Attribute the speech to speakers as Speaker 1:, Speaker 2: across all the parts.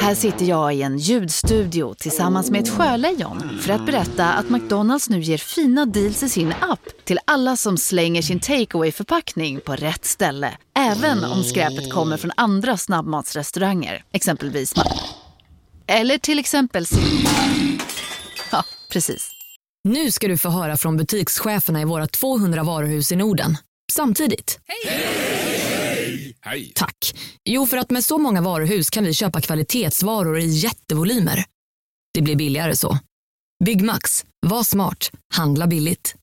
Speaker 1: Här sitter jag i en ljudstudio tillsammans med ett sjölejon för att berätta att McDonalds nu ger fina deals i sin app till alla som slänger sin takeaway förpackning på rätt ställe. Även om skräpet kommer från andra snabbmatsrestauranger, exempelvis Ma- Eller till exempel Sim- Ja, precis.
Speaker 2: Nu ska du få höra från butikscheferna i våra 200 varuhus i Norden. Samtidigt. Hej!
Speaker 3: Hej!
Speaker 2: Tack. Jo, för att med så många varuhus kan vi köpa kvalitetsvaror i jättevolymer. Det blir billigare så. Byggmax. Var smart. Handla billigt.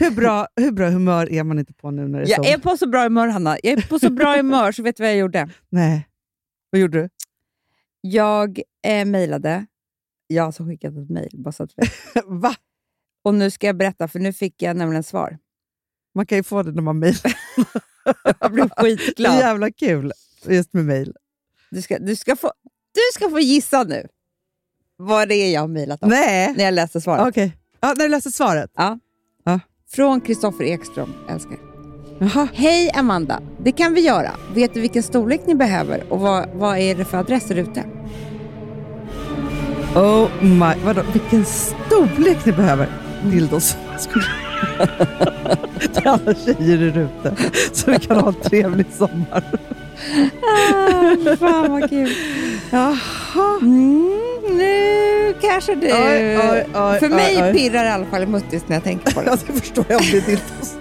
Speaker 4: Hur bra, hur bra humör är man inte på nu när det är
Speaker 5: Jag
Speaker 4: sommar?
Speaker 5: är på så bra humör, Hanna. Jag är på så bra humör, så vet du vad jag gjorde?
Speaker 4: Nej. Vad gjorde du?
Speaker 5: Jag eh, mejlade. Jag har alltså skickat ett mejl, bara så att du vet.
Speaker 4: Va?
Speaker 5: Och nu ska jag berätta, för nu fick jag nämligen svar.
Speaker 4: Man kan ju få det när man mejlar.
Speaker 5: Jag blev
Speaker 4: Det är
Speaker 5: skitglad.
Speaker 4: jävla kul just med mejl.
Speaker 5: Du ska, du, ska få, du ska få gissa nu vad det är jag har mejlat om
Speaker 4: Nej.
Speaker 5: när jag läser svaret.
Speaker 4: Okej. Ja, när du läser svaret.
Speaker 5: Från Kristoffer Ekström, älskar.
Speaker 4: Jaha.
Speaker 5: Hej Amanda, det kan vi göra. Vet du vilken storlek ni behöver och vad, vad är det för adresser ute?
Speaker 4: Oh my. Vadå? Vilken storlek ni behöver. Dildos. Skulle- Till alla tjejer i ute. Så vi kan ha en trevlig sommar.
Speaker 5: Ah, fan vad kul.
Speaker 4: Jaha.
Speaker 5: Mm, nu kanske du...
Speaker 4: Oj, oj, oj,
Speaker 5: för mig
Speaker 4: oj, oj.
Speaker 5: pirrar i alla fall i muttis när jag tänker på det.
Speaker 4: Ja, det förstår jag om det är dildos.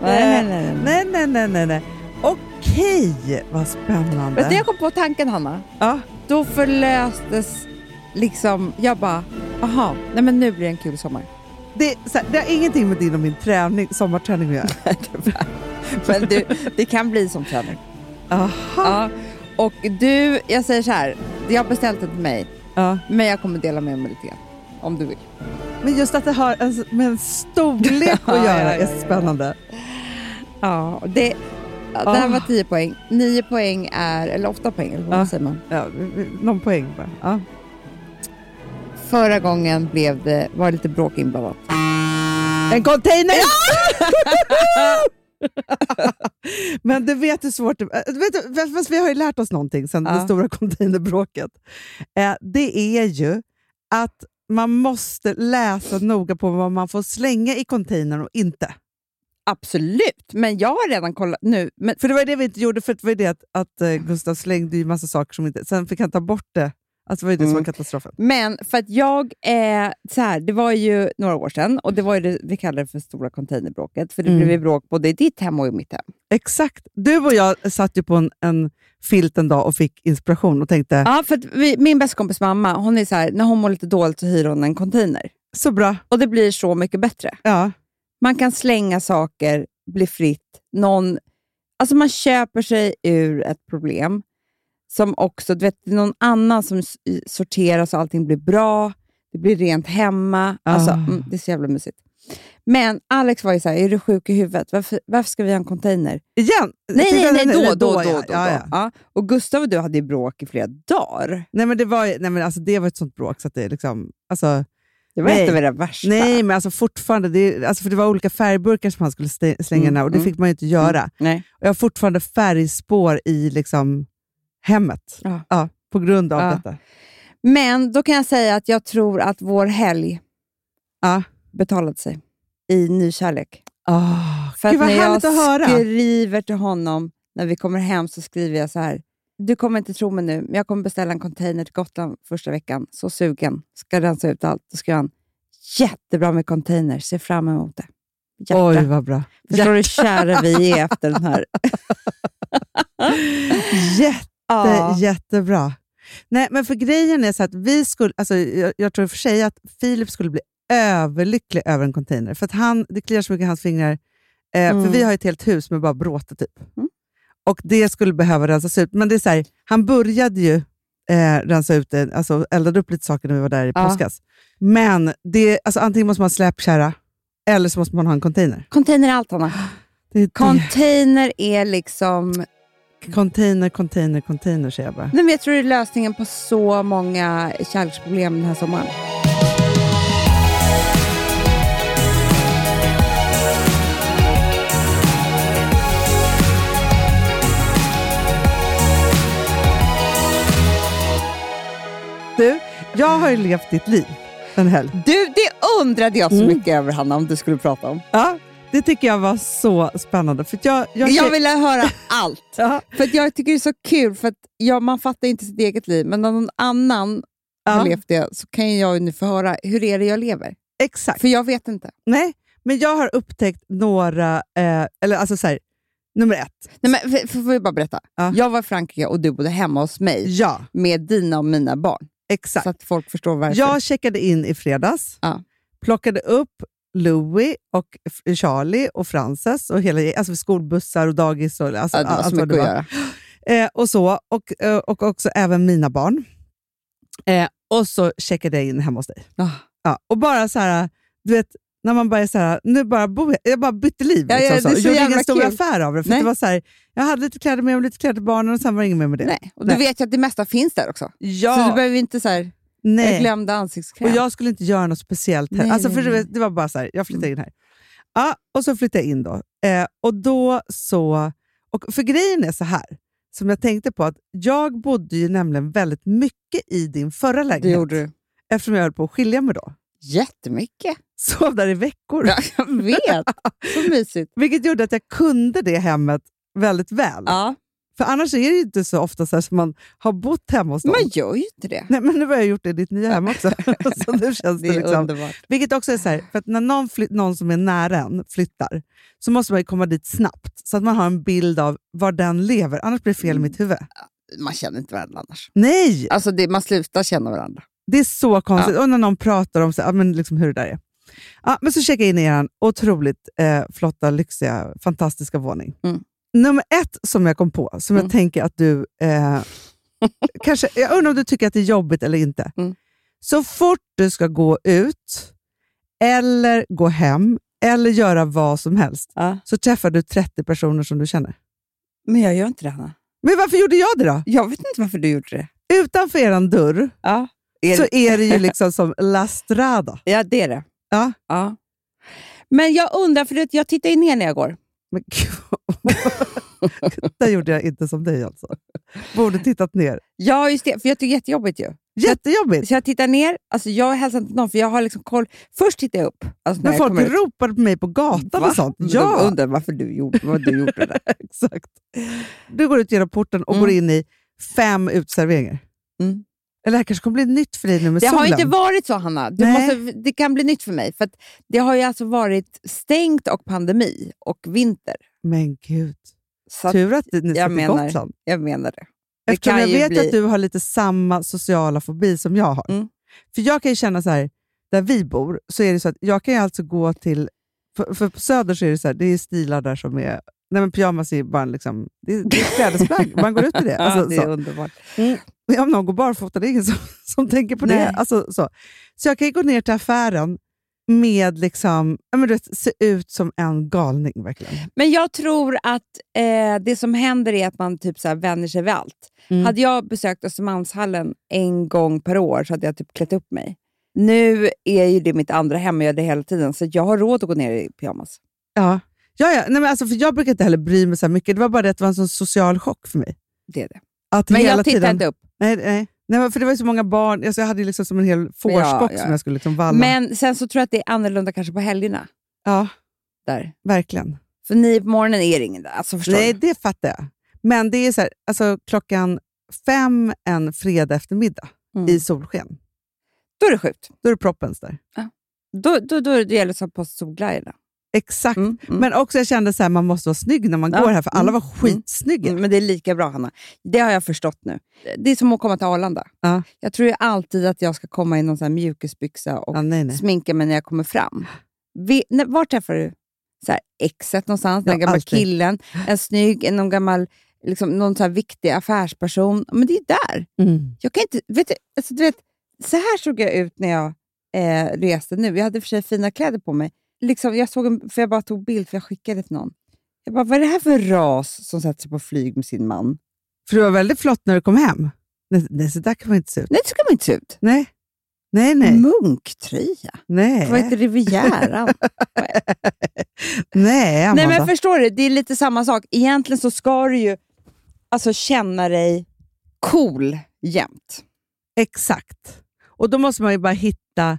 Speaker 5: nej, nej, nej. nej.
Speaker 4: Nej, nej, nej, nej, nej. Okej, vad spännande.
Speaker 5: Vet du, jag kom på tanken Hanna.
Speaker 4: Ja.
Speaker 5: Då förlöstes liksom... Jag bara, aha, nej men nu blir det en kul sommar.
Speaker 4: Det, är så här, det har ingenting med din och min träning, sommarträning att göra.
Speaker 5: Men du, det kan bli som träning.
Speaker 4: Aha.
Speaker 5: Ja. Och du, jag säger så här. Jag har beställt ett mejl,
Speaker 4: Ja.
Speaker 5: men jag kommer dela med mig lite grann. Om du vill.
Speaker 4: Men just att det har en, med en storlek
Speaker 5: Ja,
Speaker 4: att göra
Speaker 5: ja, ja,
Speaker 4: är spännande.
Speaker 5: Ja, det... ja, Det här var 10 poäng. 9 poäng är, eller 8 poäng, eller vad
Speaker 4: Ja.
Speaker 5: säger man?
Speaker 4: Ja, vi- vi- någon poäng bara. Ja.
Speaker 5: Förra gången blev det, var det lite bråk inblandat.
Speaker 4: En container! Men du vet hur svårt det äh, du vet, du- Fast vi har ju lärt oss någonting sen det
Speaker 5: Ja.
Speaker 4: stora containerbråket. Eh, det är ju att man måste läsa noga på vad man får slänga i containern och inte.
Speaker 5: Absolut, men jag har redan kollat nu. Men,
Speaker 4: För det var ju det vi inte gjorde, för det var ju det att, att eh, Gustav slängde ju massa saker som inte... Sen fick han ta bort det. Alltså det var ju det som
Speaker 5: Mm.
Speaker 4: var katastrofen.
Speaker 5: men för att jag, eh, så här, det var ju några år sedan och det var ju det vi kallade det för stora containerbråket. För det
Speaker 4: Mm.
Speaker 5: blev ju bråk både i ditt hem och i mitt hem.
Speaker 4: Exakt. Du och jag satt ju på en, en filt en dag och fick inspiration och tänkte,
Speaker 5: Ja, för att vi, min bästa kompis mamma, hon är så här, när hon mår lite dåligt så hyr hon en container.
Speaker 4: så bra.
Speaker 5: Och det blir så mycket bättre.
Speaker 4: Ja.
Speaker 5: Man kan slänga saker, bli fritt. Någon, alltså man köper sig ur ett problem. Som också, du vet, det är någon annan som s- i- sorterar så allting blir bra. Det blir rent hemma. Alltså,
Speaker 4: Ah.
Speaker 5: mm, det är så jävla mysigt. Men Alex var ju så här, är du sjuk i huvudet? Varför, varför ska vi ha en container?
Speaker 4: Igen!
Speaker 5: Nej, nej, nej, då, då, då. då,
Speaker 4: ja.
Speaker 5: då,
Speaker 4: Ja, ja.
Speaker 5: Ja, och Gustav och du hade ju bråk i flera dagar.
Speaker 4: Nej, men det var, ju- nej, men alltså, det var ett sånt bråk så att det är liksom... Alltså,
Speaker 5: Det var
Speaker 4: Nej.
Speaker 5: ett av det värsta.
Speaker 4: nej, men alltså fortfarande. Det, är- alltså, för det var olika färgburkar som han skulle stä- slänga
Speaker 5: Mm,
Speaker 4: den här, och det
Speaker 5: mm.
Speaker 4: fick man ju inte göra.
Speaker 5: nej.
Speaker 4: Och jag har fortfarande färgspår i liksom hemmet.
Speaker 5: Ja.
Speaker 4: på grund av
Speaker 5: Ja.
Speaker 4: detta.
Speaker 5: Men då kan jag säga att jag tror att vår helg
Speaker 4: Ja.
Speaker 5: betalade sig i ny kärlek.
Speaker 4: Oh,
Speaker 5: För
Speaker 4: gud
Speaker 5: att
Speaker 4: vad
Speaker 5: när jag
Speaker 4: härligt att höra.
Speaker 5: skriver till honom när vi kommer hem så skriver jag så här. Du kommer inte tro mig nu, men jag kommer beställa en container till Gotland första veckan. Så sugen. Ska rensa ut allt. Då ska jag ha en jättebra med container. Ser fram emot det. Hjärta.
Speaker 4: Oj, vad bra.
Speaker 5: Förstår du hur kära vi är efter den här?
Speaker 4: Jätte, jättebra. Nej, men för grejen är så att vi skulle, alltså, jag, jag tror i och för sig att Filip skulle bli överlycklig över en container. För att han, det kliar så mycket i hans fingrar. Eh, För
Speaker 5: Mm.
Speaker 4: vi har ju ett helt hus med bara bråte typ.
Speaker 5: Mm.
Speaker 4: Och det skulle behöva rensas ut. Men det är så här, han började ju eh, rensa ut det, alltså eldade upp lite saker när vi var där i
Speaker 5: Ja.
Speaker 4: påskas. Men det, alltså, antingen måste man ha släpkärra eller så måste man ha en container.
Speaker 5: Container är allt, Hanna.
Speaker 4: Det är det.
Speaker 5: Container är liksom...
Speaker 4: Container, container, container säger jag bara.
Speaker 5: Nej, men jag tror det är lösningen på så många kärleksproblem den här sommaren.
Speaker 4: Jag har ju levt ditt liv en helg.
Speaker 5: Du, det undrade jag så
Speaker 4: Mm.
Speaker 5: mycket över Hanna om du skulle prata om.
Speaker 4: Ja, det tycker jag var så spännande. För att jag, jag,
Speaker 5: Jag ville höra allt.
Speaker 4: ja,
Speaker 5: För att jag tycker det är så kul, för att ja, man fattar inte sitt eget liv, men om någon annan har
Speaker 4: ja,
Speaker 5: levt det så kan jag ju nu få höra hur är det jag lever.
Speaker 4: exakt.
Speaker 5: För jag vet inte.
Speaker 4: Nej, men jag har upptäckt några, eh, eller alltså så här, nummer ett.
Speaker 5: Nej, men, f- f- får jag bara berätta?
Speaker 4: Ja.
Speaker 5: Jag var i Frankrike och du bodde hemma hos mig
Speaker 4: Ja,
Speaker 5: med dina och mina barn.
Speaker 4: exakt.
Speaker 5: Så att folk förstår varför.
Speaker 4: Jag checkade in i fredags,
Speaker 5: Ja.
Speaker 4: plockade upp Louis, och F- Charlie och Frances och hela alltså skolbussar och dagis och alltså,
Speaker 5: ja, det var
Speaker 4: allt
Speaker 5: så
Speaker 4: vad
Speaker 5: mycket
Speaker 4: det
Speaker 5: att
Speaker 4: var.
Speaker 5: göra.
Speaker 4: Eh, och, så, och, eh, och också även mina barn. Eh, och så checkade jag in hemma hos dig.
Speaker 5: Ja.
Speaker 4: Ja, och bara så här, du vet, när man bara är så här, nu bara bor jag, jag bara bytte liv.
Speaker 5: Ja, ja,
Speaker 4: liksom,
Speaker 5: det är
Speaker 4: så.
Speaker 5: så
Speaker 4: Jag gjorde
Speaker 5: jävla
Speaker 4: ingen stor
Speaker 5: kul.
Speaker 4: affär av det. För
Speaker 5: Nej.
Speaker 4: det var så här, jag hade lite kläder med mig, lite kläder till barnen och sen var det inget mer med det.
Speaker 5: Nej. Och
Speaker 4: Nej.
Speaker 5: du vet ju att det mesta finns där också. Så du
Speaker 4: Ja,
Speaker 5: behöver inte så här, jag
Speaker 4: nej.
Speaker 5: glömde ansiktskräm.
Speaker 4: Och jag skulle inte göra något speciellt här.
Speaker 5: Nej,
Speaker 4: alltså,
Speaker 5: nej,
Speaker 4: för du
Speaker 5: nej. Mm.
Speaker 4: vet, det var bara så här, jag flyttade in här. Ja, och så flyttade jag in då. Eh, och då så... Och för grejen är så här, som jag tänkte på, att jag bodde ju nämligen väldigt mycket i din förra
Speaker 5: det
Speaker 4: lägenhet.
Speaker 5: gjorde du
Speaker 4: Eftersom jag höll på att skilja mig då.
Speaker 5: jättemycket.
Speaker 4: Sov där i veckor.
Speaker 5: Ja, jag vet. Så mysigt.
Speaker 4: Vilket gjorde att jag kunde det hemmet väldigt väl.
Speaker 5: Ja.
Speaker 4: För annars är det ju inte så ofta så här som man har bott hemma hos någon.
Speaker 5: Man gör ju inte det.
Speaker 4: Nej, men nu har jag gjort det i ditt nya hem också. så nu känns det,
Speaker 5: Det är
Speaker 4: liksom.
Speaker 5: underbart.
Speaker 4: Vilket också är så här, för att när någon, flytt, någon som är nära en flyttar så måste man ju komma dit snabbt så att man har en bild av var den lever. Annars blir det fel i mitt
Speaker 5: Mm.
Speaker 4: huvud.
Speaker 5: Man känner inte varandra annars.
Speaker 4: Nej!
Speaker 5: Alltså det, man slutar känna varandra.
Speaker 4: Det är så konstigt. Och när någon pratar om så, ja, men liksom hur det där är. Ja, men så checkar jag in i er otroligt eh, flotta, lyxiga, fantastiska våning.
Speaker 5: Mm.
Speaker 4: Nummer ett som jag kom på, som jag
Speaker 5: Mm.
Speaker 4: tänker att du... Eh, kanske, jag undrar om du tycker att det är jobbigt eller inte.
Speaker 5: Mm.
Speaker 4: Så fort du ska gå ut, eller gå hem, eller göra vad som helst,
Speaker 5: Ja.
Speaker 4: så träffar du 30 personer som du känner.
Speaker 5: Men jag gör inte det, Hanna.
Speaker 4: Men varför gjorde jag det då?
Speaker 5: Jag vet inte varför du gjorde det.
Speaker 4: Utanför er dörr
Speaker 5: Ja, är
Speaker 4: så
Speaker 5: det,
Speaker 4: är det ju liksom som La Strada.
Speaker 5: ja det är det.
Speaker 4: Ja.
Speaker 5: Ja. Men jag undrar, för du vet, jag tittade ju ner när jag går.
Speaker 4: Men gud, där gjorde jag inte som dig alltså. Borde tittat ner.
Speaker 5: Ja, just det. För jag tycker det är jättejobbigt ju.
Speaker 4: Jättejobbigt!
Speaker 5: Så jag tittar ner, alltså jag hälsar inte någon för jag har liksom koll. Först tittar jag upp. Alltså när
Speaker 4: Men
Speaker 5: jag
Speaker 4: folk
Speaker 5: kommer ut.
Speaker 4: ropade på mig på gatan
Speaker 5: Va?
Speaker 4: och sånt.
Speaker 5: Men De
Speaker 4: Ja,
Speaker 5: undrar varför du gjorde, vad du gjorde där.
Speaker 4: exakt. Du går ut genom porten och
Speaker 5: Mm.
Speaker 4: går in i fem uteserveringar.
Speaker 5: Mm.
Speaker 4: Eller det här kanske kommer bli nytt för dig nu med
Speaker 5: Det
Speaker 4: solen.
Speaker 5: har ju inte varit så, Hanna. Du
Speaker 4: Nej.
Speaker 5: måste, det kan bli nytt för mig. För att det har ju alltså varit stängt och pandemi och vinter.
Speaker 4: Men gud,
Speaker 5: Så att
Speaker 4: tur att ni ska
Speaker 5: jag
Speaker 4: till
Speaker 5: menar,
Speaker 4: Gotland.
Speaker 5: jag menar det. det
Speaker 4: Eftersom
Speaker 5: kan
Speaker 4: jag
Speaker 5: ju
Speaker 4: vet
Speaker 5: bli-
Speaker 4: att du har lite samma sociala fobi som jag har.
Speaker 5: Mm.
Speaker 4: För jag kan ju känna så här, där vi bor, så är det så att jag kan ju alltså gå till... För, för på Söder så är det så här, det är stilar där som är... Nej men pyjamas är ju bara en liksom... Det är, det är ett klädesplagg, man går ut i det. Alltså,
Speaker 5: ja, det är
Speaker 4: så.
Speaker 5: underbart.
Speaker 4: Men Om någon går barfota, det är ingen som, som tänker på det.
Speaker 5: Nej.
Speaker 4: Alltså, så. så jag kan ju gå ner till affären med liksom... Ja, men du vet, se ut som en galning verkligen.
Speaker 5: Men jag tror att eh, det som händer är att man typ så här vänjer sig vid allt.
Speaker 4: Mm.
Speaker 5: Hade jag besökt Östermalmshallen en gång per år så hade jag typ klätt upp mig. Nu är ju det mitt andra hem och jag gör det hela tiden, så jag har råd att gå ner i pyjamas.
Speaker 4: Ja. Ja, ja. Nej, men alltså, för jag brukar inte heller bry mig så här mycket. Det var bara det att det var en sån social chock för mig.
Speaker 5: Det är det.
Speaker 4: Att
Speaker 5: Men
Speaker 4: hela
Speaker 5: jag tittar
Speaker 4: tiden...
Speaker 5: inte upp.
Speaker 4: Nej, nej. nej men för det var ju så många barn. Alltså, jag hade ju liksom som en hel fårskock
Speaker 5: ja.
Speaker 4: som jag skulle liksom valla.
Speaker 5: Men sen så tror jag att det är annorlunda kanske på helgerna.
Speaker 4: Ja,
Speaker 5: Där.
Speaker 4: verkligen.
Speaker 5: För nio på morgonen är det ingen där. Alltså, förstår
Speaker 4: Nej,
Speaker 5: du?
Speaker 4: det fattar jag. Men det är så här, alltså, klockan fem en fredag eftermiddag
Speaker 5: Mm.
Speaker 4: i solsken.
Speaker 5: Då är det sjukt.
Speaker 4: Då är det proppens där.
Speaker 5: Då, då, då, då gäller det att ha på sig solglajjorna.
Speaker 4: Exakt.
Speaker 5: Mm, mm.
Speaker 4: Men också jag kände så här, man måste vara snygg när man
Speaker 5: Ja.
Speaker 4: går här, för alla
Speaker 5: Mm.
Speaker 4: var skitsnygga.
Speaker 5: Mm, Men det är lika bra, Hanna. Det har jag förstått nu. Det är som att komma till Arlanda.
Speaker 4: Ja.
Speaker 5: Jag tror ju alltid att jag ska komma i någon sån här mjukisbyxa och
Speaker 4: Ja, nej, nej.
Speaker 5: sminka mig när jag kommer fram. Vi, när, var träffar du så här, exet någonstans? Den
Speaker 4: Ja,
Speaker 5: gamla
Speaker 4: alltid.
Speaker 5: killen, en snygg, någon gammal liksom, någon så här viktig affärsperson. Men det är ju där.
Speaker 4: Mm.
Speaker 5: Jag kan inte, vet du, alltså, du vet, så här såg jag ut när jag eh, reste nu. Jag hade i och för sig fina kläder på mig. Liksom, jag, såg en, för jag bara tog bild, för jag skickade till någon. Jag bara, vad är det här för ras som sätter sig på flyg med sin man?
Speaker 4: För du var väldigt flott när du kom hem. Nej, nej så där kan man inte se ut.
Speaker 5: Nej, det ska man inte se ut.
Speaker 4: Nej, nej, nej. Äh.
Speaker 5: Munktröja?
Speaker 4: Nej,
Speaker 5: Mm. Det var inte Rivieran.
Speaker 4: nej Amanda.
Speaker 5: Nej, men förstår du? Det är lite samma sak. Egentligen så ska du ju alltså, känna dig cool jämt.
Speaker 4: Exakt. Och då måste man ju bara hitta...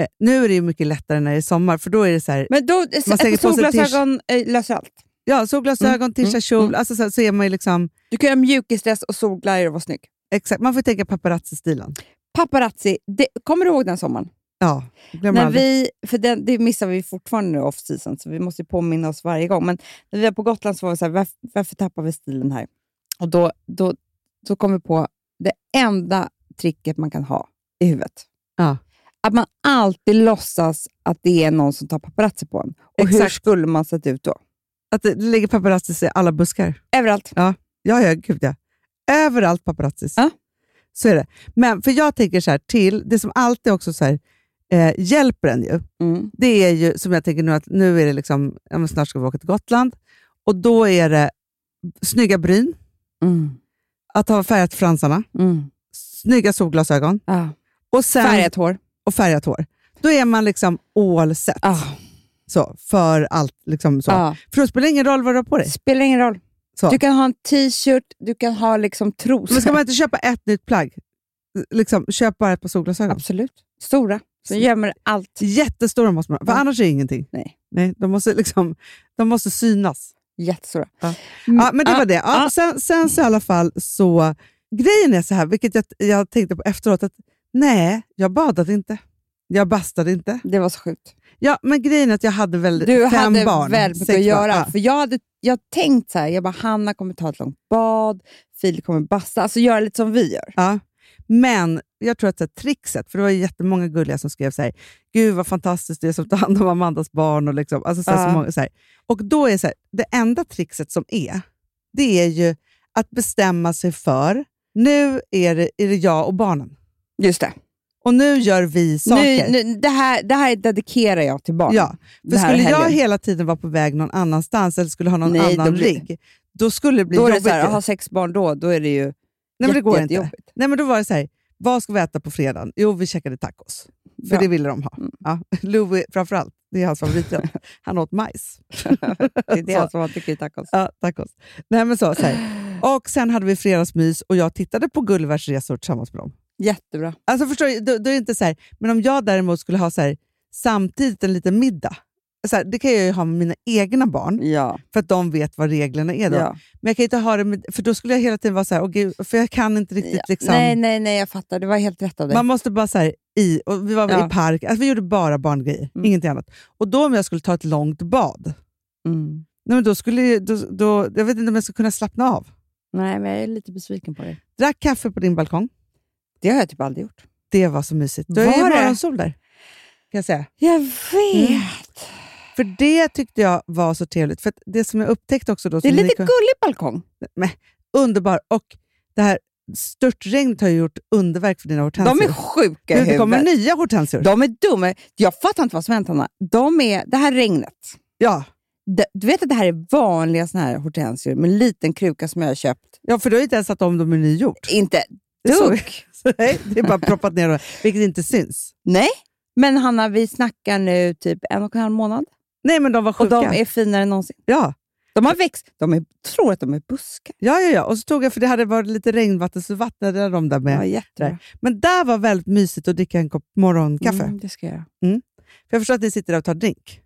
Speaker 4: Eh, nu är det ju mycket lättare när det är sommar, för då är det så här...
Speaker 5: Men då,
Speaker 4: Man sätter på sig
Speaker 5: ett solglasögon eh, löser allt.
Speaker 4: ja,
Speaker 5: Mm,
Speaker 4: solglasögon, t-shirt, kjol. Alltså så, så är man ju liksom...
Speaker 5: Du kan göra mjukisdress och solglajjor och vara snygg.
Speaker 4: Exakt, man får tänka paparazzi-stilen.
Speaker 5: Paparazzi, det, kommer du ihåg den sommaren?
Speaker 4: Ja, glömmer
Speaker 5: När
Speaker 4: aldrig.
Speaker 5: vi, för den, det missar vi fortfarande nu off season, så vi måste ju påminna oss varje gång. Men när vi var på Gotland så var vi så här, varför, varför tappar vi stilen här? Och då, då, då kom vi på det enda tricket man kan ha i huvudet.
Speaker 4: Ja.
Speaker 5: Att man alltid låtsas att det är någon som tar paparazzi på en. Och hur
Speaker 4: Exakt.
Speaker 5: skulle man sett ut då?
Speaker 4: Att det ligger paparazzis i alla buskar.
Speaker 5: Överallt.
Speaker 4: Ja, ja, gud ja. Överallt paparazzis.
Speaker 5: Ja.
Speaker 4: Så är det. Men för jag tänker så här till, det som alltid också så här, eh, hjälper en ju,
Speaker 5: Mm.
Speaker 4: det är ju som jag tänker nu att nu är det liksom, ja, men snart ska vi åka till Gotland och då är det snygga bryn,
Speaker 5: Mm.
Speaker 4: att ha färgat fransarna,
Speaker 5: Mm.
Speaker 4: snygga solglasögon
Speaker 5: Ah.
Speaker 4: och, sen,
Speaker 5: Färgat hår.
Speaker 4: och färgat hår. Då är man liksom all set
Speaker 5: Ah.
Speaker 4: så, för allt. Liksom så.
Speaker 5: Ah.
Speaker 4: För då spelar det ingen roll vad du har på dig.
Speaker 5: Spelar ingen roll.
Speaker 4: Så.
Speaker 5: Du kan ha en t-shirt, du kan ha liksom trosor.
Speaker 4: Men ska man inte köpa ett nytt plagg? Liksom, köp bara ett par solglasögon.
Speaker 5: Absolut. Stora. Som gömmer allt.
Speaker 4: Jättestora måste man ha, för
Speaker 5: Ja.
Speaker 4: annars är det ingenting.
Speaker 5: Nej.
Speaker 4: Nej, de, måste liksom, de måste synas.
Speaker 5: Jättestora. Mm.
Speaker 4: Ja. Ja, men det
Speaker 5: Ah.
Speaker 4: var det. Ja,
Speaker 5: ja.
Speaker 4: Sen, sen så i alla fall så... Grejen är så här, vilket jag, jag tänkte på efteråt, att nej, jag badade inte. Jag bastade inte.
Speaker 5: Det var så sjukt.
Speaker 4: Ja, men grejen är att jag hade väl
Speaker 5: Du
Speaker 4: fem
Speaker 5: hade
Speaker 4: barn.
Speaker 5: väldigt mycket
Speaker 4: sex
Speaker 5: att göra.
Speaker 4: barn.
Speaker 5: För jag hade jag tänkt så här, jag bara, Hanna kommer ta ett långt bad, Filip kommer basta, alltså göra lite som vi gör.
Speaker 4: Ja. Men jag tror att så här, trixet, för det var ju jättemånga gulliga som skrev så här, gud vad fantastiskt det är som tar hand om Amandas barn. Och, liksom, alltså, så här,
Speaker 5: Ja.
Speaker 4: så många, så här. och då är det så här, det enda trixet som är, det är ju att bestämma sig för, nu är det, är det jag och barnen.
Speaker 5: Just det.
Speaker 4: Och nu gör vi saker.
Speaker 5: Nu, nu, det, här, det här dedikerar jag till barnen.
Speaker 4: Ja, för
Speaker 5: Den här
Speaker 4: skulle jag
Speaker 5: helgen.
Speaker 4: hela tiden vara på väg någon annanstans eller skulle ha någon
Speaker 5: Nej, då
Speaker 4: annan
Speaker 5: blir-
Speaker 4: rigg, då skulle det bli
Speaker 5: då är det
Speaker 4: jobbigt.
Speaker 5: så här,
Speaker 4: ju.
Speaker 5: att ha sex barn då, då är det ju
Speaker 4: Nej, men det går inte.
Speaker 5: jättejobbigt.
Speaker 4: Nej, men då var det så här, vad ska vi äta på fredagen? Jo, vi käkade tacos. För
Speaker 5: Bra.
Speaker 4: det ville de ha.
Speaker 5: Mm.
Speaker 4: Ja. Louis framförallt, det är hans favoriträtt. Han åt majs.
Speaker 5: Det är det
Speaker 4: Så.
Speaker 5: som man tycker är tacos.
Speaker 4: Ja, tacos. Nej, men så, så här. Och sen hade vi fredagsmys och jag tittade på Gullivers resor tillsammans med dem.
Speaker 5: Jättebra.
Speaker 4: Alltså förstår du, då, då är det inte så här, men om jag däremot skulle ha så här, samtidigt en liten middag, så här, det kan jag ju ha med mina egna barn,
Speaker 5: Ja.
Speaker 4: för att de vet vad reglerna är då.
Speaker 5: Mm. ja.
Speaker 4: Men jag kan inte ha det med, för då skulle jag hela tiden vara så här, åh gud, för jag kan inte riktigt liksom...
Speaker 5: Nej, nej, nej, jag fattar. Det var helt rätt av dig.
Speaker 4: Man måste bara så här, i, och vi var
Speaker 5: Ja.
Speaker 4: i park, alltså, vi gjorde bara barngrejer,
Speaker 5: Mm.
Speaker 4: ingenting annat. Och då om jag skulle ta ett långt bad,
Speaker 5: Mm.
Speaker 4: nej, men då skulle ju- då, då, jag vet inte om jag skulle kunna slappna av.
Speaker 5: Nej, men jag är lite besviken på dig.
Speaker 4: Drack kaffe på din balkong,
Speaker 5: Det har jag typ aldrig gjort.
Speaker 4: det var så mysigt. Du har ju
Speaker 5: Var det?
Speaker 4: morgonsol där, kan jag säga.
Speaker 5: Jag vet!
Speaker 4: För det tyckte jag var så trevligt. För att det som jag upptäckte också då...
Speaker 5: Det är
Speaker 4: som
Speaker 5: lite
Speaker 4: ni kan-
Speaker 5: gullig balkong.
Speaker 4: Underbar. Och det här störtregnet har ju gjort underverk för dina hortensior.
Speaker 5: De är sjuka i
Speaker 4: Alltså, Gud, det kommer
Speaker 5: huvudet.
Speaker 4: nya hortensior.
Speaker 5: De är dumma. Jag fattar inte vad som hänt, Hanna. De är, det här regnet.
Speaker 4: Ja.
Speaker 5: Det- Du vet att det här är vanliga såna här hortensior med en liten kruka som jag har köpt.
Speaker 4: ja, för du har ju inte ens satt om dem i nygjort.
Speaker 5: Inte
Speaker 4: Det såg
Speaker 5: dugg.
Speaker 4: Så, nej, det är bara proppat ner dem, vilket inte syns.
Speaker 5: Nej, men Hanna, vi snackar nu typ en och en halv månad
Speaker 4: Nej, men de var
Speaker 5: och
Speaker 4: sjuka.
Speaker 5: de är finare än någonsin.
Speaker 4: ja.
Speaker 5: De har växt. De är, tror att de är buskar.
Speaker 4: Ja, ja, ja. Och så tog jag, för det hade varit lite regnvatten, så vattnade jag dem där med.
Speaker 5: Ja, jättebra.
Speaker 4: Men där var väldigt mysigt att dricka en kopp morgonkaffe.
Speaker 5: Mm, det ska jag göra.
Speaker 4: För jag förstår att ni sitter där och tar drink.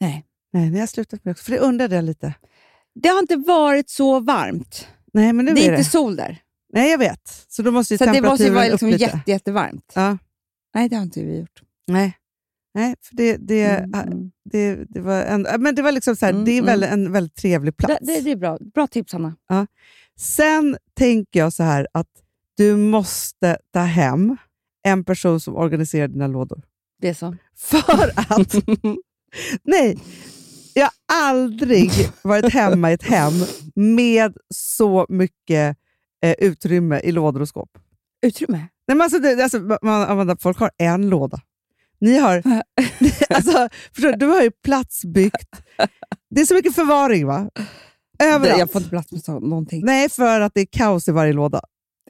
Speaker 5: Nej.
Speaker 4: Nej, ni har slutat med det också. För det undrade jag lite.
Speaker 5: Det har inte varit så varmt.
Speaker 4: Nej, men nu
Speaker 5: det är
Speaker 4: är det.
Speaker 5: inte sol där.
Speaker 4: Nej, jag vet. Så då måste ju
Speaker 5: Så det
Speaker 4: temperaturen
Speaker 5: måste ju vara
Speaker 4: upp
Speaker 5: liksom
Speaker 4: lite.
Speaker 5: jätte, jättevarmt.
Speaker 4: Ja.
Speaker 5: Nej, det har inte vi gjort.
Speaker 4: Nej. Nej, för det, det,
Speaker 5: Mm,
Speaker 4: ah,
Speaker 5: mm.
Speaker 4: det, det var en, ah, men det var liksom så här,
Speaker 5: Mm,
Speaker 4: det är väl
Speaker 5: mm.
Speaker 4: en väldigt trevlig
Speaker 5: Det,
Speaker 4: plats.
Speaker 5: det, det är bra. Bra tips, Hanna.
Speaker 4: Sen tänker jag så här att du måste ta hem en person som organiserar dina lådor.
Speaker 5: Det är så.
Speaker 4: För att... nej, jag har aldrig varit hemma i ett hem med så mycket eh, utrymme i lådor och skåp.
Speaker 5: Utrymme.
Speaker 4: Nej, men alltså, det, alltså, man, Amanda, folk har en låda. Ni har, alltså, förstår, du du har ju platsbyggt. Det är så mycket förvaring va? Överallt.
Speaker 5: Jag får inte plats med så, någonting.
Speaker 4: Nej, för att det är kaos i varje låda.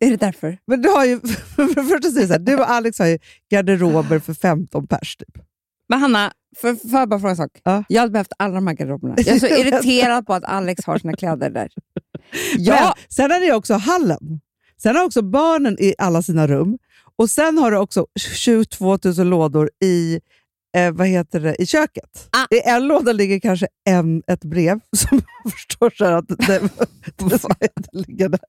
Speaker 5: Är det därför?
Speaker 4: Men du har ju, för det första säger jag så här, du och Alex har ju garderober för 15 pers typ.
Speaker 5: Men Hanna, får får jag bara fråga en sak?
Speaker 4: Ja.
Speaker 5: Jag hade behövt alla de här garderoberna. Jag är så irriterad på att Alex har sina kläder där. Ja,
Speaker 4: Men sen har ni också hallen. Sen har också barnen i alla sina rum. Och sen har du också 22 000 lådor i, eh, vad heter det, i köket.
Speaker 5: Ah.
Speaker 4: I en låda ligger kanske en, ett brev som jag förstår så här att det, det, ska inte ligga där.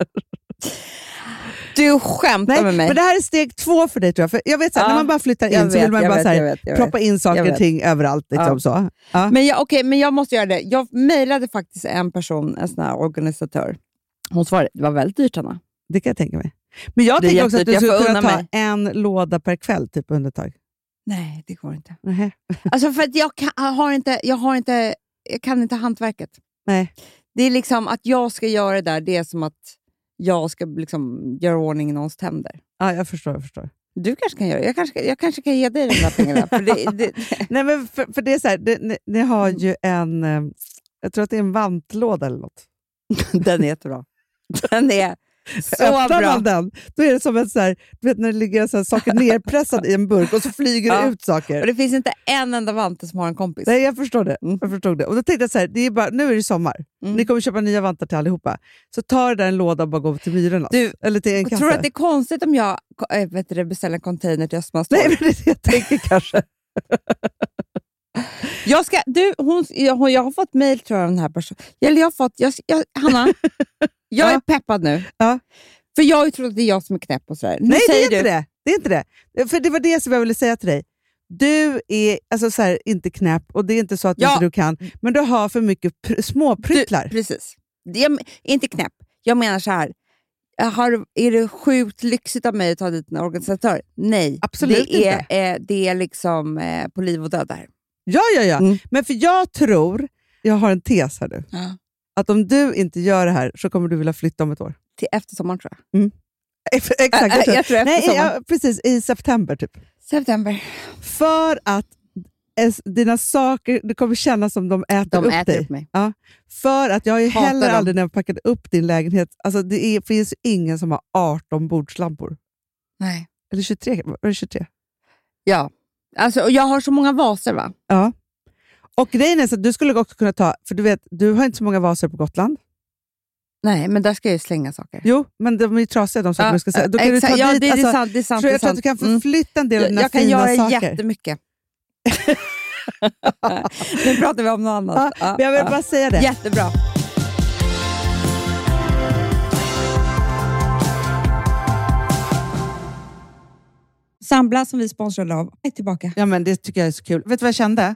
Speaker 5: Du skämtar
Speaker 4: Nej,
Speaker 5: med mig.
Speaker 4: men det här är steg två för dig tror jag. För jag vet så här,
Speaker 5: Ja.
Speaker 4: när man bara flyttar in
Speaker 5: Ah. jag
Speaker 4: så vill man bara
Speaker 5: vet,
Speaker 4: så här,
Speaker 5: jag vet, jag vet.
Speaker 4: proppa in
Speaker 5: Jag
Speaker 4: saker
Speaker 5: vet.
Speaker 4: och ting överallt. Liksom,
Speaker 5: Ja.
Speaker 4: så. Ja.
Speaker 5: Men jag, okej, men jag måste göra det. Jag mejlade faktiskt en person, en sån här organisatör. Hon svarade, det var väldigt dyrt Anna.
Speaker 4: Det kan jag tänka mig. Men jag
Speaker 5: Det är
Speaker 4: tänker också att du
Speaker 5: jättedyrt. Jag
Speaker 4: skulle
Speaker 5: får
Speaker 4: kunna ta
Speaker 5: unna mig.
Speaker 4: en låda per kväll typ under ett tag.
Speaker 5: Nej, det går inte.
Speaker 4: Nähä.
Speaker 5: Alltså för att jag, kan, jag har inte, jag har inte, jag kan inte hantverket.
Speaker 4: Nej.
Speaker 5: Det är liksom att jag ska göra det där, det är som att jag ska liksom göra ordning i någons tänder.
Speaker 4: Ja, jag förstår. Jag förstår.
Speaker 5: Du kanske kan göra det. Jag kanske, jag kanske kan ge dig de där pengarna. För det, det,
Speaker 4: Nej, men för, för det är så här, det, ni, ni har
Speaker 5: Mm.
Speaker 4: ju en, eh, jag tror att det är en vantlåda eller något.
Speaker 5: den är jättebra. Den är så
Speaker 4: Öppnar
Speaker 5: bra.
Speaker 4: man den, då är det som en så här, du vet när det ligger så här, saker nerpressade i en burk och så flyger
Speaker 5: Ja.
Speaker 4: det ut saker.
Speaker 5: Och det finns inte en enda vante som har en kompis.
Speaker 4: Nej, jag förstår det.
Speaker 5: Mm.
Speaker 4: Jag förstod det. Och då tänkte jag så här, det är bara, nu är det sommar.
Speaker 5: Mm.
Speaker 4: Ni kommer köpa nya vantar till allihopa. Så ta det där en låda och bara gå till Myrorna.
Speaker 5: Du,
Speaker 4: Eller till en
Speaker 5: Jag
Speaker 4: kasse.
Speaker 5: tror att det är konstigt om jag eh, vet du, det, beställer en container till Östmans
Speaker 4: Nej,
Speaker 5: torg?
Speaker 4: men det är det jag tänker kanske.
Speaker 5: jag, ska, du, hon, jag, hon, jag har fått mejl tror jag av den här personen. Eller jag har fått, jag, jag, Hanna, jag är
Speaker 4: Ja.
Speaker 5: peppad nu.
Speaker 4: Ja.
Speaker 5: För jag har ju trott att det är jag som är knäpp och sådär. Nu
Speaker 4: Nej, det är,
Speaker 5: säger
Speaker 4: inte
Speaker 5: du,
Speaker 4: det. det är inte det. För det var det som jag ville säga till dig. Du är alltså så här, inte knäpp och det är inte så att
Speaker 5: Ja.
Speaker 4: inte du kan, men du har för mycket pr- småpryttlar.
Speaker 5: Precis. Det är inte knäpp. Jag menar så här. Har, är det sjukt lyxigt av mig att ta dit en organisatör? Nej.
Speaker 4: Absolut
Speaker 5: det är, Eh, det är liksom eh, på liv och död där.
Speaker 4: Ja, ja, ja.
Speaker 5: Mm.
Speaker 4: Men för jag tror, jag har en tes här nu,
Speaker 5: Ja.
Speaker 4: att om du inte gör det här så kommer du vilja flytta om ett år.
Speaker 5: Till efter sommaren tror jag.
Speaker 4: Exakt.
Speaker 5: Äh,
Speaker 4: jag
Speaker 5: äh,
Speaker 4: tror-
Speaker 5: jag tror efter
Speaker 4: Nej,
Speaker 5: sommaren.
Speaker 4: ja, precis. I september typ.
Speaker 5: September.
Speaker 4: För att es- dina saker, det kommer kännas som de äter
Speaker 5: De
Speaker 4: upp
Speaker 5: äter
Speaker 4: dig.
Speaker 5: upp mig.
Speaker 4: För att jag har ju
Speaker 5: Hatar
Speaker 4: heller
Speaker 5: dem.
Speaker 4: aldrig när jag packade upp din lägenhet, alltså det är, finns ju ingen som har 18 bordslampor.
Speaker 5: Nej.
Speaker 4: Eller 23, var det 23?
Speaker 5: Ja. Alltså, och jag har så många vaser va?
Speaker 4: Ja. Och grejen är så att du skulle också kunna ta, för du vet, du har inte så många vaser på Gotland.
Speaker 5: Nej, men där ska jag ju slänga saker.
Speaker 4: Jo, men de är ju trasiga de sakerna du ska säga. Då kan du ta
Speaker 5: exakt. ja,
Speaker 4: dit,
Speaker 5: det, är
Speaker 4: alltså,
Speaker 5: sant, det är sant.
Speaker 4: tror
Speaker 5: det är
Speaker 4: jag tror att
Speaker 5: sant.
Speaker 4: du kan
Speaker 5: Mm.
Speaker 4: förflytta en del av
Speaker 5: Jag,
Speaker 4: dina
Speaker 5: jag kan
Speaker 4: fina
Speaker 5: göra
Speaker 4: saker.
Speaker 5: jättemycket. nu pratar vi om något annat.
Speaker 4: Ja,
Speaker 5: Ja,
Speaker 4: men jag vill
Speaker 5: ja.
Speaker 4: bara säga det.
Speaker 5: Jättebra. Sambla som vi sponsrade av är tillbaka.
Speaker 6: Ja, men det tycker jag är så kul. Vet du vad jag kände?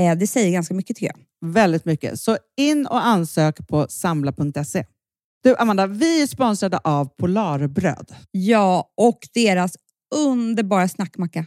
Speaker 7: Eh, det säger ganska mycket tycker jag.
Speaker 6: Väldigt mycket. Så in och ansök på samla.se. Du Amanda, vi är sponsrade av Polarbröd.
Speaker 7: Ja, och deras underbara snackmacka.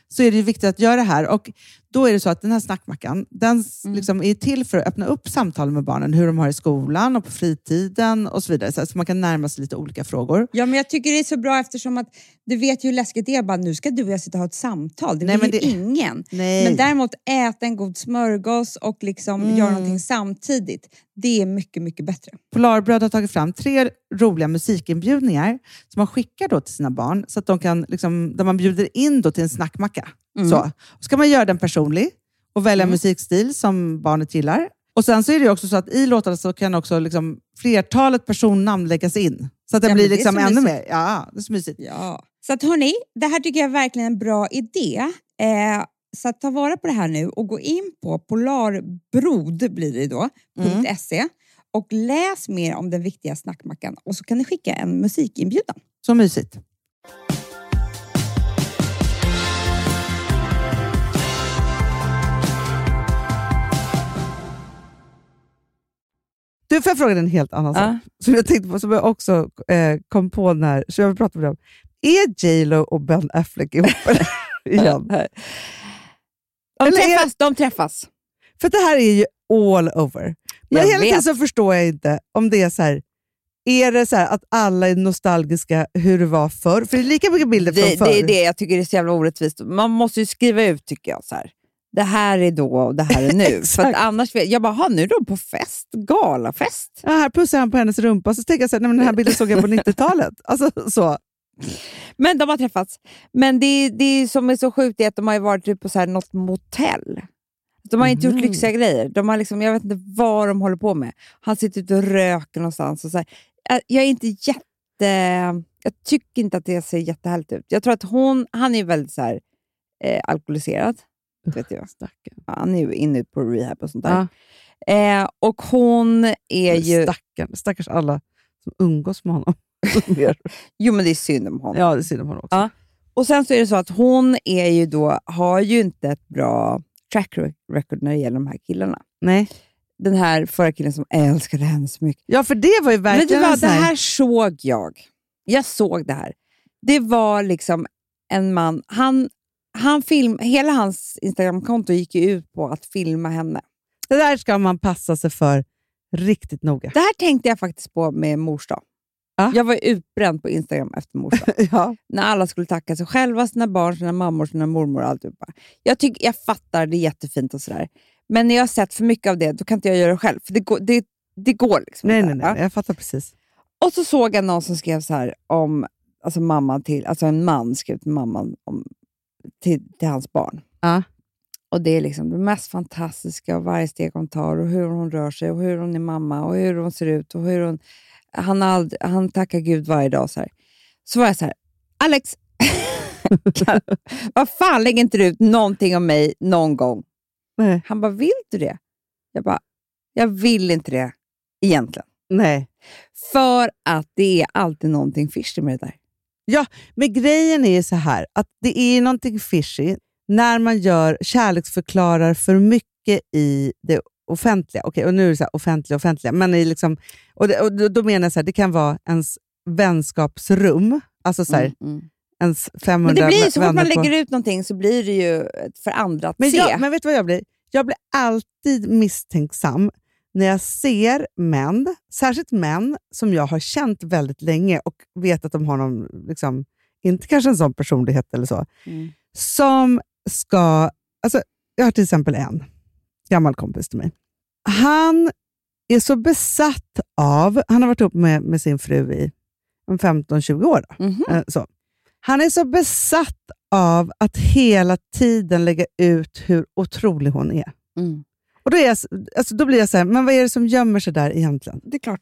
Speaker 6: så är det ju viktigt att göra det här. Och då är det så att den här snackmackan, den s- liksom är till för att öppna upp samtal med barnen, hur de har i skolan och på fritiden och så vidare. Så, här, så man kan närma sig lite olika frågor.
Speaker 7: Ja, men jag tycker det är så bra eftersom att du vet ju hur läskigt det är. Bara, nu ska du och jag sitta och ha ett samtal. Det
Speaker 6: Nej,
Speaker 7: vill
Speaker 6: men
Speaker 7: ju
Speaker 6: det-
Speaker 7: ingen.
Speaker 6: Nej.
Speaker 7: Men däremot äta en god smörgås och liksom göra
Speaker 5: Mm.
Speaker 7: någonting samtidigt. Det är mycket, mycket bättre.
Speaker 6: Polarbröd har tagit fram tre roliga musikinbjudningar som man skickar då till sina barn, så att de kan, liksom, där man bjuder in då till en snackmacka.
Speaker 7: Mm.
Speaker 6: Så. ska man göra den personlig och välja en musikstil som barnet gillar. Och Sen så är det ju också så att i låtarna så kan också liksom flertalet personnamn läggas in. Så att det
Speaker 7: Ja, men
Speaker 6: blir
Speaker 7: det är
Speaker 6: liksom
Speaker 7: så
Speaker 6: ännu
Speaker 7: mysigt.
Speaker 6: mer. Ja, det är så mysigt.
Speaker 7: Ja. Så att hörni, det här tycker jag är verkligen en bra idé. Eh, så att ta vara på det här nu och gå in på polarbrod blir det då,
Speaker 6: Mm.
Speaker 7: .se och läs mer om den viktiga snackmackan och så kan ni skicka en musikinbjudan.
Speaker 6: Så mysigt.
Speaker 4: Du, får jag fråga dig en helt annan sak?
Speaker 5: Ja.
Speaker 4: Som jag tänkte på, som jag också eh, kom på när, så jag vill prata med dig om. Är J Lo och Ben Affleck ihop eller? igen?
Speaker 5: De
Speaker 4: Eller är-
Speaker 5: träffas, de träffas.
Speaker 4: För det här är ju all over. Men
Speaker 5: Jag
Speaker 4: hela tiden
Speaker 5: vet.
Speaker 4: så förstår jag inte om det är så här, är det så här att alla är nostalgiska hur det var förr? För det är lika mycket bilder från
Speaker 5: Det,
Speaker 4: förr.
Speaker 5: det är det jag tycker är så jävla orättvist. Man måste ju skriva ut, tycker jag. så här. Det här är då och det här är nu. För att annars, vet- jag bara, "Ha, nu är de på fest, galafest.
Speaker 4: Ja, här pussar han på hennes rumpa, så tänker jag så här, nej, men den här bilden såg jag på 90-talet. Alltså, så.
Speaker 5: Men de har träffats. Men det, det som är så sjukt är att de har ju varit typ på så här något motell. De har inte gjort lyxiga grejer. De har liksom, jag vet inte vad de håller på med. Han sitter ute och röker någonstans. Och så här. Ä- Jag är inte jätte... Jag tycker inte att det ser jättehärligt ut. Jag tror att hon, han är väldigt så här, eh, alkoholiserad. Vet jag.
Speaker 4: Stackarn.
Speaker 5: Ja, Han är ju inne på rehab och sånt där.
Speaker 4: Ja.
Speaker 5: Eh, och hon är ju...
Speaker 4: Stackarn. Stackars alla som umgås med honom.
Speaker 5: Jo, men det är synd om honom.
Speaker 4: ja, det är synd om honom också.
Speaker 5: Ja. Och sen så är det så att hon är ju då, har ju inte ett bra track re- record när det gäller de här killarna.
Speaker 4: Nej.
Speaker 5: Den här förra killen som älskade henne så mycket.
Speaker 4: Ja, för det var ju
Speaker 5: Men du
Speaker 4: verkligen
Speaker 5: vad,
Speaker 4: en
Speaker 5: det
Speaker 4: sån här-
Speaker 5: här såg jag. Jag såg det här. Det var liksom en man, han, han film, hela hans Instagramkonto gick ju ut på att filma henne.
Speaker 4: Det där ska man passa sig för riktigt noga.
Speaker 5: Det här tänkte jag faktiskt på med mors dag.
Speaker 4: Ja.
Speaker 5: Jag var utbränd på Instagram efter mors dag.
Speaker 4: Ja.
Speaker 5: när alla skulle tacka sig själva, sina barn, sina mammor, sina mormor och alltihopa. Jag, tycker, jag fattar, det är jättefint och sådär. Men när jag har sett för mycket av det, då kan inte jag göra det själv. För det går, det, det går liksom
Speaker 4: Nej,
Speaker 5: inte.
Speaker 4: nej, nej.
Speaker 5: Ja.
Speaker 4: Jag fattar precis.
Speaker 5: Och så såg jag någon som skrev så här om, alltså mamman till, alltså en man skrev till mamman om, till, till hans barn.
Speaker 4: Ja.
Speaker 5: Och det är liksom det mest fantastiska och varje steg hon tar och hur hon rör sig och hur hon är mamma och hur hon ser ut och hur hon... Han, har ald- han tackar Gud varje dag. Så, här. så var jag så här, Alex, kan- vad fan lägger inte du ut någonting om mig någon gång?
Speaker 4: Nej.
Speaker 5: Han bara, vill du det? Jag bara, jag vill inte det egentligen.
Speaker 4: nej.
Speaker 5: För att det är alltid någonting fishy med det där.
Speaker 4: Men grejen är ju så här, att det är någonting fishy när man gör kärleksförklarar för mycket i det offentliga. Okej, och nu är det så här, offentliga offentliga, men i liksom, och, det, och då- då menar jag så här, det kan vara ens vänskapsrum, alltså så här, ens 500
Speaker 5: Mm. Men det blir ju så fort man
Speaker 4: vänner på-
Speaker 5: lägger ut någonting så blir det ju för andra att
Speaker 4: Men,
Speaker 5: se.
Speaker 4: jag, men vet du vad jag blir? Jag blir alltid misstänksam när jag ser män, särskilt män som jag har känt väldigt länge och vet att de har någon, liksom, inte kanske en sån personlighet eller så,
Speaker 5: Mm.
Speaker 4: som ska... Alltså, jag har till exempel en gammal kompis till mig. Han är så besatt av... Han har varit ihop med, med sin fru i om 15-20 år. Då.
Speaker 5: Mhm.
Speaker 4: Eh, Så. Han är så besatt av att hela tiden lägga ut hur otrolig hon är.
Speaker 5: Mm.
Speaker 4: Och Då, är jag, s- alltså, då blir jag så här, men vad är det som gömmer sig där egentligen?
Speaker 5: Det är klart.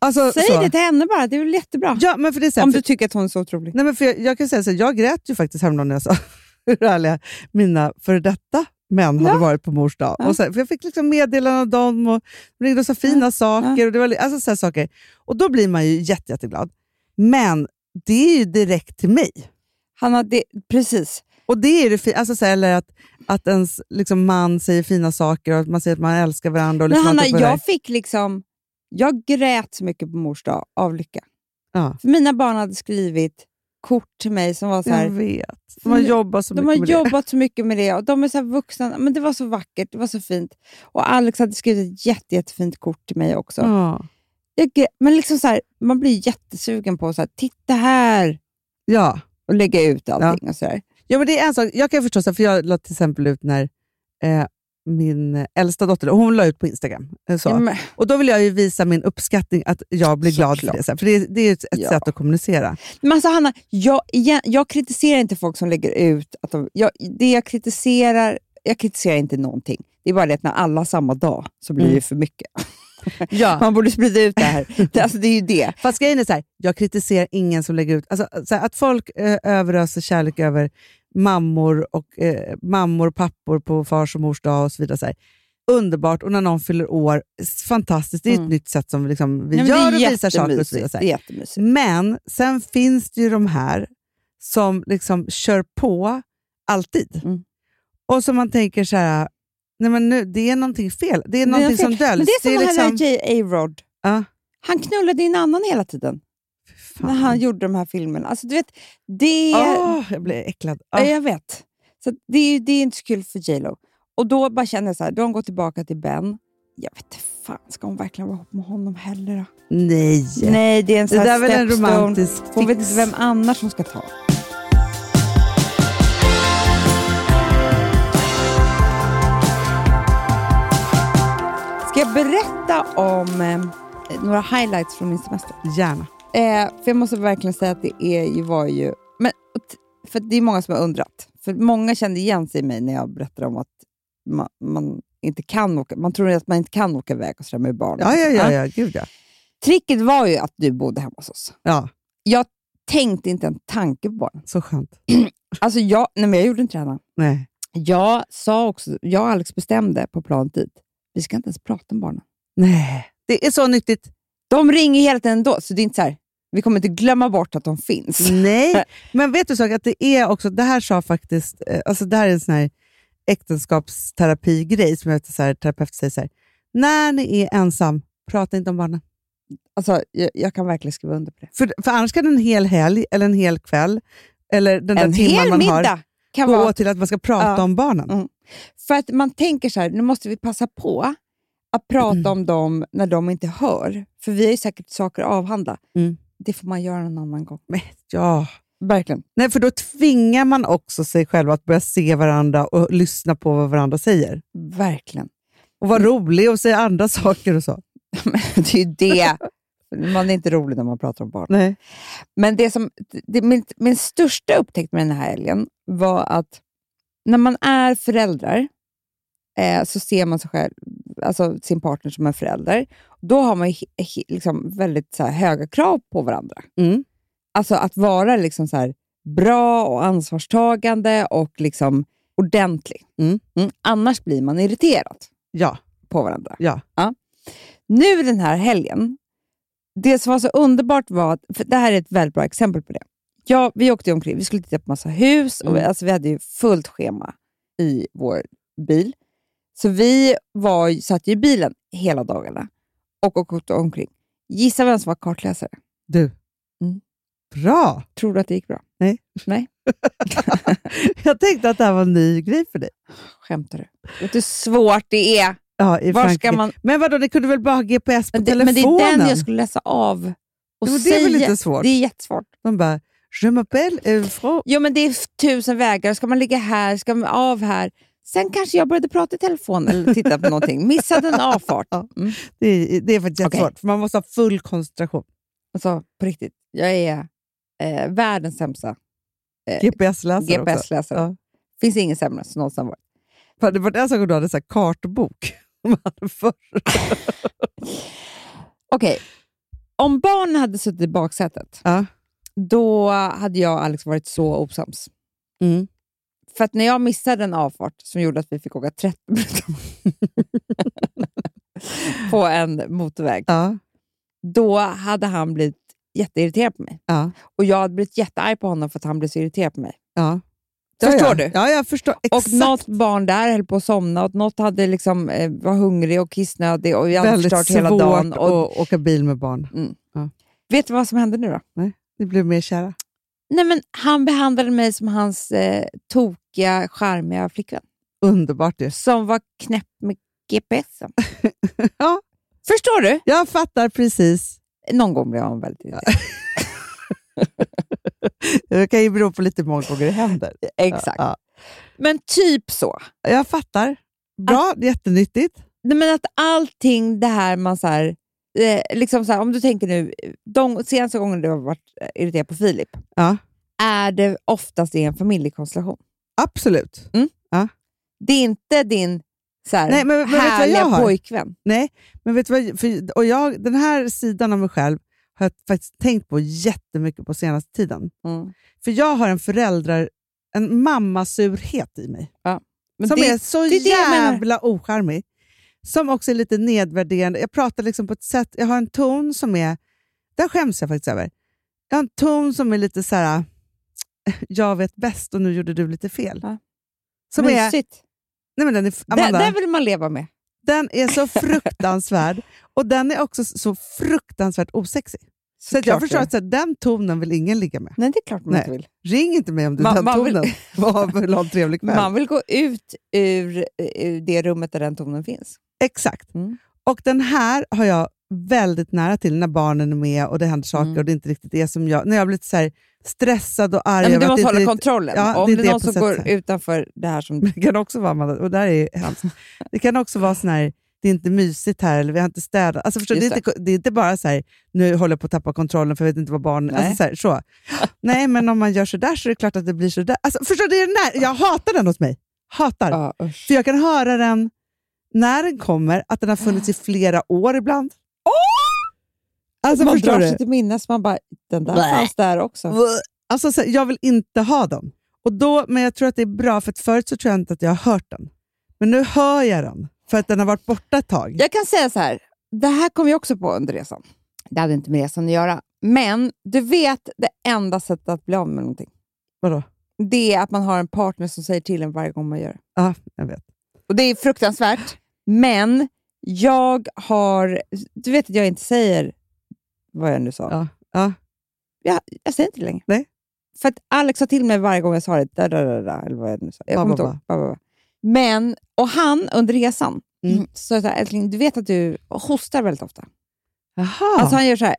Speaker 4: Alltså,
Speaker 5: Säg
Speaker 4: så.
Speaker 5: det till henne bara, det är väl jättebra.
Speaker 4: Ja, men för det är så här,
Speaker 5: Om
Speaker 4: för-
Speaker 5: du tycker att hon är så otrolig.
Speaker 4: Nej, men för jag, jag kan säga så här, jag grät ju faktiskt häromdagen när jag sa hur härliga mina före detta män hade varit på mors dag.
Speaker 5: Ja.
Speaker 4: Och så här, för jag fick liksom meddelanden av dem och de ringde och sa fina saker. Och det var, li- alltså så här saker. Och då blir man ju jätte, jätteglad. Men det är ju direkt till mig.
Speaker 5: Han har det, precis.
Speaker 4: Och det är det fi- alltså så här, eller att, att ens liksom, man säger fina saker och att man säger att man älskar varandra. Och
Speaker 5: Men
Speaker 4: liksom
Speaker 5: Hanna,
Speaker 4: allt det där.
Speaker 5: jag fick liksom... Jag grät så mycket på mors dag av lycka.
Speaker 4: Ja.
Speaker 5: För mina barn hade skrivit kort till mig som var så
Speaker 4: jag
Speaker 5: här...
Speaker 4: vet. De har jobbat så
Speaker 5: De har
Speaker 4: mycket med det.
Speaker 5: jobbat så mycket med det och de är så här vuxna. Men det var så vackert, det var så fint. Och Alex hade skrivit ett jätte, jättefint kort till mig också.
Speaker 4: Ja.
Speaker 5: Jag grä- men liksom så här, man blir jättesugen på så här, titta här
Speaker 4: ja.
Speaker 5: och lägga ut allting. Och så här.
Speaker 4: Ja, men det är en sak. Jag kan förstå, så här, för jag la till exempel ut när eh, min äldsta dotter, hon la ut på Instagram. eh, Så.
Speaker 5: Ja, men-
Speaker 4: Och då vill jag ju visa min uppskattning, att jag blir glad för
Speaker 5: Såklart.
Speaker 4: det. Så här, för det, det är ju ett, ett
Speaker 5: Ja.
Speaker 4: sätt att kommunicera.
Speaker 5: Men alltså Hanna, jag, igen, jag kritiserar inte folk som lägger ut... Att de, jag, det jag
Speaker 4: Mm.
Speaker 5: kritiserar, jag kritiserar inte någonting. Det är bara det att när alla har samma dag så blir det för mycket.
Speaker 4: Ja.
Speaker 5: Man borde sprida ut det här. Det- Alltså, det är ju det.
Speaker 4: Fast grejen är så här, jag kritiserar ingen som lägger ut... Alltså, så här, att folk eh, överöser kärlek över mammor och eh, mammor, pappor på fars och mors dag och så vidare. Så här. Underbart, och när någon fyller år, s- fantastiskt. Det är ett
Speaker 5: Mm.
Speaker 4: nytt sätt som liksom, vi
Speaker 5: Nej, men
Speaker 4: gör
Speaker 5: det är
Speaker 4: och visar saker och så vidare.
Speaker 5: jättemysigt.
Speaker 4: Så här.
Speaker 5: Det är jättemysigt.
Speaker 4: Men sen finns det ju de här som liksom kör på alltid.
Speaker 5: Mm.
Speaker 4: Och som man tänker så här, nej men nu, det är någonting fel. Det är någonting
Speaker 5: fel.
Speaker 4: som
Speaker 5: Men
Speaker 4: döljs.
Speaker 5: det är som
Speaker 4: det liksom,
Speaker 5: han den här J.A. Rod.
Speaker 4: Ja.
Speaker 5: Han knullade in annan hela tiden
Speaker 4: Fan.
Speaker 5: när han gjorde de här filmerna. Alltså, du vet, det...
Speaker 4: Åh, Ah, jag blir äcklad.
Speaker 5: Ja,
Speaker 4: Oh.
Speaker 5: jag vet. Så att det, är, det är inte så kul för J.Lo. Och då bara känner jag så här, då har hon gått tillbaka till Ben. Jag vet inte fan, ska hon verkligen vara ihop med honom heller då?
Speaker 4: Nej.
Speaker 5: Nej, det är en
Speaker 4: Det
Speaker 5: sån
Speaker 4: där
Speaker 5: här
Speaker 4: är väl en
Speaker 5: stepstone.
Speaker 4: romantisk
Speaker 5: Hon vet
Speaker 4: fix.
Speaker 5: inte vem annars hon ska ta. Ska jag berätta om eh, några highlights från min semester?
Speaker 4: Gärna.
Speaker 5: Eh, för jag måste verkligen säga att det är ju, var ju... Men, och t- för det är många som har undrat. För många kände igen sig i mig när jag berättade om att man, man inte kan åka... Man tror att man inte kan åka iväg och sådär med barn.
Speaker 4: Ja, ja, ja, ja. Gud ja.
Speaker 5: Tricket var ju att du bodde hemma hos oss.
Speaker 4: ja.
Speaker 5: Jag tänkte inte en tanke på barnen.
Speaker 4: Så skönt.
Speaker 5: Alltså jag, nej men jag gjorde inte det Hanna.
Speaker 4: Nej.
Speaker 5: Jag sa också, jag och Alex bestämde på planet dit, vi ska inte ens prata om barnen.
Speaker 4: Nej. Det är så nyttigt.
Speaker 5: De ringer hela tiden ändå, så det är inte så här, vi kommer inte glömma bort att de
Speaker 4: Mm.
Speaker 5: finns.
Speaker 4: Nej. Men vet du så att det är också, det här sa faktiskt, eh, alltså det här är en sån här äktenskapsterapigrej som jag vet att så här, terapeuten säger så här. När ni är ensam, prata inte om barnen.
Speaker 5: Alltså, jag, jag kan verkligen skriva under på det.
Speaker 4: För, för annars kan en hel helg eller en hel kväll eller den där
Speaker 5: en
Speaker 4: timman
Speaker 5: hel
Speaker 4: man
Speaker 5: middag
Speaker 4: har
Speaker 5: kan
Speaker 4: gå
Speaker 5: vara...
Speaker 4: till att man ska prata
Speaker 5: Ja.
Speaker 4: om barnen.
Speaker 5: Mm. För att man tänker så här, nu måste vi passa på att prata
Speaker 4: Mm.
Speaker 5: om dem när de inte hör. För vi har ju säkert saker att avhandla.
Speaker 4: Mm.
Speaker 5: Det får man göra en annan gång.
Speaker 4: Men, ja.
Speaker 5: Verkligen.
Speaker 4: Nej, för då tvingar man också sig själv att börja se varandra och lyssna på vad varandra säger.
Speaker 5: Verkligen.
Speaker 4: Och
Speaker 5: Mm.
Speaker 4: vara rolig och säga andra saker och så.
Speaker 5: det är ju det. Man är inte rolig när man pratar om barn.
Speaker 4: Nej.
Speaker 5: Men det som, det, min, min största upptäckt med den här helgen var att när man är föräldrar eh, så ser man sig själv, alltså sin partner som en förälder. Då har man ju he, he, liksom väldigt så här, höga krav på varandra.
Speaker 4: Mm.
Speaker 5: Alltså att vara liksom så här, bra och ansvarstagande och liksom ordentlig.
Speaker 4: Mm.
Speaker 5: Annars blir man irriterad
Speaker 4: Ja.
Speaker 5: på varandra.
Speaker 4: Ja.
Speaker 5: Nu den här helgen, det som var så underbart var att, för det här är ett väldigt bra exempel på det. Ja, vi åkte ju omkring, vi skulle titta på massa hus och vi,
Speaker 4: Mm.
Speaker 5: alltså, vi hade ju fullt schema i vår bil. Så vi var, ju- satt ju i bilen hela dagarna och åkte omkring. Gissa vem som var kartläsare?
Speaker 4: Du.
Speaker 5: Mm.
Speaker 4: Bra!
Speaker 5: Tror du att det gick bra?
Speaker 4: Jag tänkte att det här var en ny grej för dig.
Speaker 5: Skämtar du? Vet du hur svårt det är?
Speaker 4: Ja, i
Speaker 5: Var ska
Speaker 4: Frankrike.
Speaker 5: man...
Speaker 4: Men vadå, ni kunde väl bara ha GPS på
Speaker 5: men, det, men
Speaker 4: telefonen?
Speaker 5: det är den jag skulle läsa av och
Speaker 4: Jo, det
Speaker 5: säga.
Speaker 4: är väl inte svårt?
Speaker 5: Det är jättesvårt.
Speaker 4: De bara, je m'appelle Eufro.
Speaker 5: Jo, men det är f- tusen vägar. Ska man ligga här? Ska man av här? Sen kanske jag började prata i telefon eller titta på någonting. Missade en avfart.
Speaker 4: Ja.
Speaker 5: Mm.
Speaker 4: Det är, det är faktiskt
Speaker 5: Okej.
Speaker 4: jättesvårt, för man måste ha full koncentration.
Speaker 5: Alltså, på riktigt. Jag är eh, världens sämsta Eh,
Speaker 4: GPS-läsare också.
Speaker 5: GPS-läsare.
Speaker 4: Ja.
Speaker 5: finns ingen sämre som någonsin varit.
Speaker 4: Fan, Det var den saken du hade, så här kartbok. Man hade förr.
Speaker 5: Okej. Om barnen hade suttit i baksätet,
Speaker 4: Ja.
Speaker 5: då hade jag och Alex varit så osams.
Speaker 4: Mm.
Speaker 5: För att när jag missade en avfart som gjorde att vi fick åka 30 minuter på en motorväg,
Speaker 4: Ja.
Speaker 5: då hade han blivit jätteirriterad på mig.
Speaker 4: Ja.
Speaker 5: Och jag hade blivit jättearg på honom för att han blev så irriterad på mig.
Speaker 4: Ja.
Speaker 5: Förstår
Speaker 4: ja, ja.
Speaker 5: du?
Speaker 4: Ja, jag förstår.
Speaker 5: Och
Speaker 4: Exakt.
Speaker 5: något barn där höll på att somna och något hade liksom, eh, var hungrig och kissnödig och jag hade
Speaker 4: Väldigt
Speaker 5: förstört
Speaker 4: svårt
Speaker 5: hela dagen. Och,
Speaker 4: att åka bil med barn.
Speaker 5: Vet du vad som hände nu då?
Speaker 4: Ni blev mer kära.
Speaker 5: Nej, men han behandlade mig som hans eh, tokiga, charmiga flickvän.
Speaker 4: Underbart ju.
Speaker 5: Som var knäpp med GPSen.
Speaker 4: Ja.
Speaker 5: Förstår du?
Speaker 4: Jag fattar precis.
Speaker 5: Någon gång blev han väldigt irriterad.
Speaker 4: Det kan ju bero på lite hur många gånger det händer.
Speaker 5: Exakt.
Speaker 4: Ja,
Speaker 5: Men typ så.
Speaker 4: ja. Jag fattar. Bra, jättenyttigt.
Speaker 5: Nej, men att allting det här man så här, eh, liksom så här, om du tänker nu, de senaste gången du har varit eh, irriterad på Filip,
Speaker 4: Ja.
Speaker 5: är det oftast i en familjekonstellation.
Speaker 4: Absolut.
Speaker 5: Det är inte din så här,
Speaker 4: Nej, men- men vet du vad jag
Speaker 5: härliga
Speaker 4: har?
Speaker 5: pojkvän.
Speaker 4: Nej, men vet du vad? För, och jag, den här sidan av mig själv har jag faktiskt tänkt på jättemycket på senaste tiden.
Speaker 5: Mm.
Speaker 4: För jag har en föräldrar, en mammasurhet i mig.
Speaker 5: Men
Speaker 4: som
Speaker 5: det,
Speaker 4: är så
Speaker 5: det är det jag menar.
Speaker 4: jävla ocharmig. Som också är lite nedvärderande. Jag pratar liksom på ett sätt, jag har en ton som är, där skäms jag faktiskt över. Jag har en ton som är lite så här. jag vet bäst och nu gjorde du lite fel.
Speaker 5: Ja.
Speaker 4: Som är,
Speaker 5: mysigt.
Speaker 4: nej men den är,
Speaker 5: Det,
Speaker 4: Amanda,
Speaker 5: det vill man leva med.
Speaker 4: den är så fruktansvärd och den är också så fruktansvärt osexig. Så, att jag
Speaker 5: Såklart
Speaker 4: förstår
Speaker 5: det.
Speaker 4: att så här, den tonen vill ingen ligga med.
Speaker 5: Nej, det är klart man
Speaker 4: Nej.
Speaker 5: inte vill.
Speaker 4: Ring inte mig om du
Speaker 5: Man-
Speaker 4: den
Speaker 5: man vill-
Speaker 4: tonen och vill ha en trevlig kväll.
Speaker 5: Man vill gå ut ur, ur det rummet där den tonen finns.
Speaker 4: Exakt.
Speaker 5: Mm.
Speaker 4: Och den här har jag väldigt nära till när barnen är med och det händer saker
Speaker 5: Mm.
Speaker 4: och det inte riktigt är som jag... När jag blir lite så här stressad och arg.
Speaker 5: Nej, men
Speaker 4: över
Speaker 5: du
Speaker 4: att
Speaker 5: måste
Speaker 4: det
Speaker 5: hålla
Speaker 4: inte riktigt-
Speaker 5: kontrollen.
Speaker 4: Ja,
Speaker 5: Om
Speaker 4: det är
Speaker 5: det
Speaker 4: det
Speaker 5: är någon som
Speaker 4: på sätt-
Speaker 5: går utanför det här som...
Speaker 4: Det kan också vara Amanda, och där är ju hemskt. Det kan också vara sån här, det är inte mysigt här eller vi har inte städat. Alltså förstår, du, det, är
Speaker 5: Just
Speaker 4: inte, det är inte bara så här, nu håller jag på att tappa kontrollen för jag vet inte vad barnen...
Speaker 5: Nej.
Speaker 4: Alltså så här, så. Nej, men om man gör så där så är det klart att det blir så där. Alltså, förstår du, det är den där, jag hatar den hos mig. Hatar.
Speaker 5: Ja, usch.
Speaker 4: För jag kan höra den när den kommer, att den har funnits i flera år ibland. Alltså,
Speaker 5: man
Speaker 4: förstår
Speaker 5: drar
Speaker 4: du?
Speaker 5: sig till minnes, man bara, den där
Speaker 4: Blä.
Speaker 5: fanns där också.
Speaker 4: Alltså, så, här, jag vill inte ha den. Och då, men jag tror att det är bra, för att förut så tror jag inte att jag har hört den. Men nu hör jag den, för att den har varit borta ett tag.
Speaker 5: Jag kan säga så här, det här kom jag också på under resan. Det hade inte med resan att göra. Men du vet, det enda sättet att bli av med någonting,
Speaker 4: Vadå?
Speaker 5: det är att man har en partner som säger till en varje gång man gör det.
Speaker 4: Ja, jag vet.
Speaker 5: Och det är fruktansvärt, men jag har... Du vet att jag inte säger vad jag nu sa.
Speaker 4: Ja, ja.
Speaker 5: Jag, jag säger inte det längre.
Speaker 4: Nej.
Speaker 5: För att Alex sa till mig varje gång jag sa det, da, da, da, da, eller vad jag nu sa. Jag
Speaker 4: Ba,
Speaker 5: kommer
Speaker 4: ba,
Speaker 5: inte ihåg. Ba, ba, ba. Men, och han under resan,
Speaker 4: Mm.
Speaker 5: så sa jag så här, älskling, du vet att du hostar väldigt ofta.
Speaker 4: Jaha.
Speaker 5: Alltså han gör så här,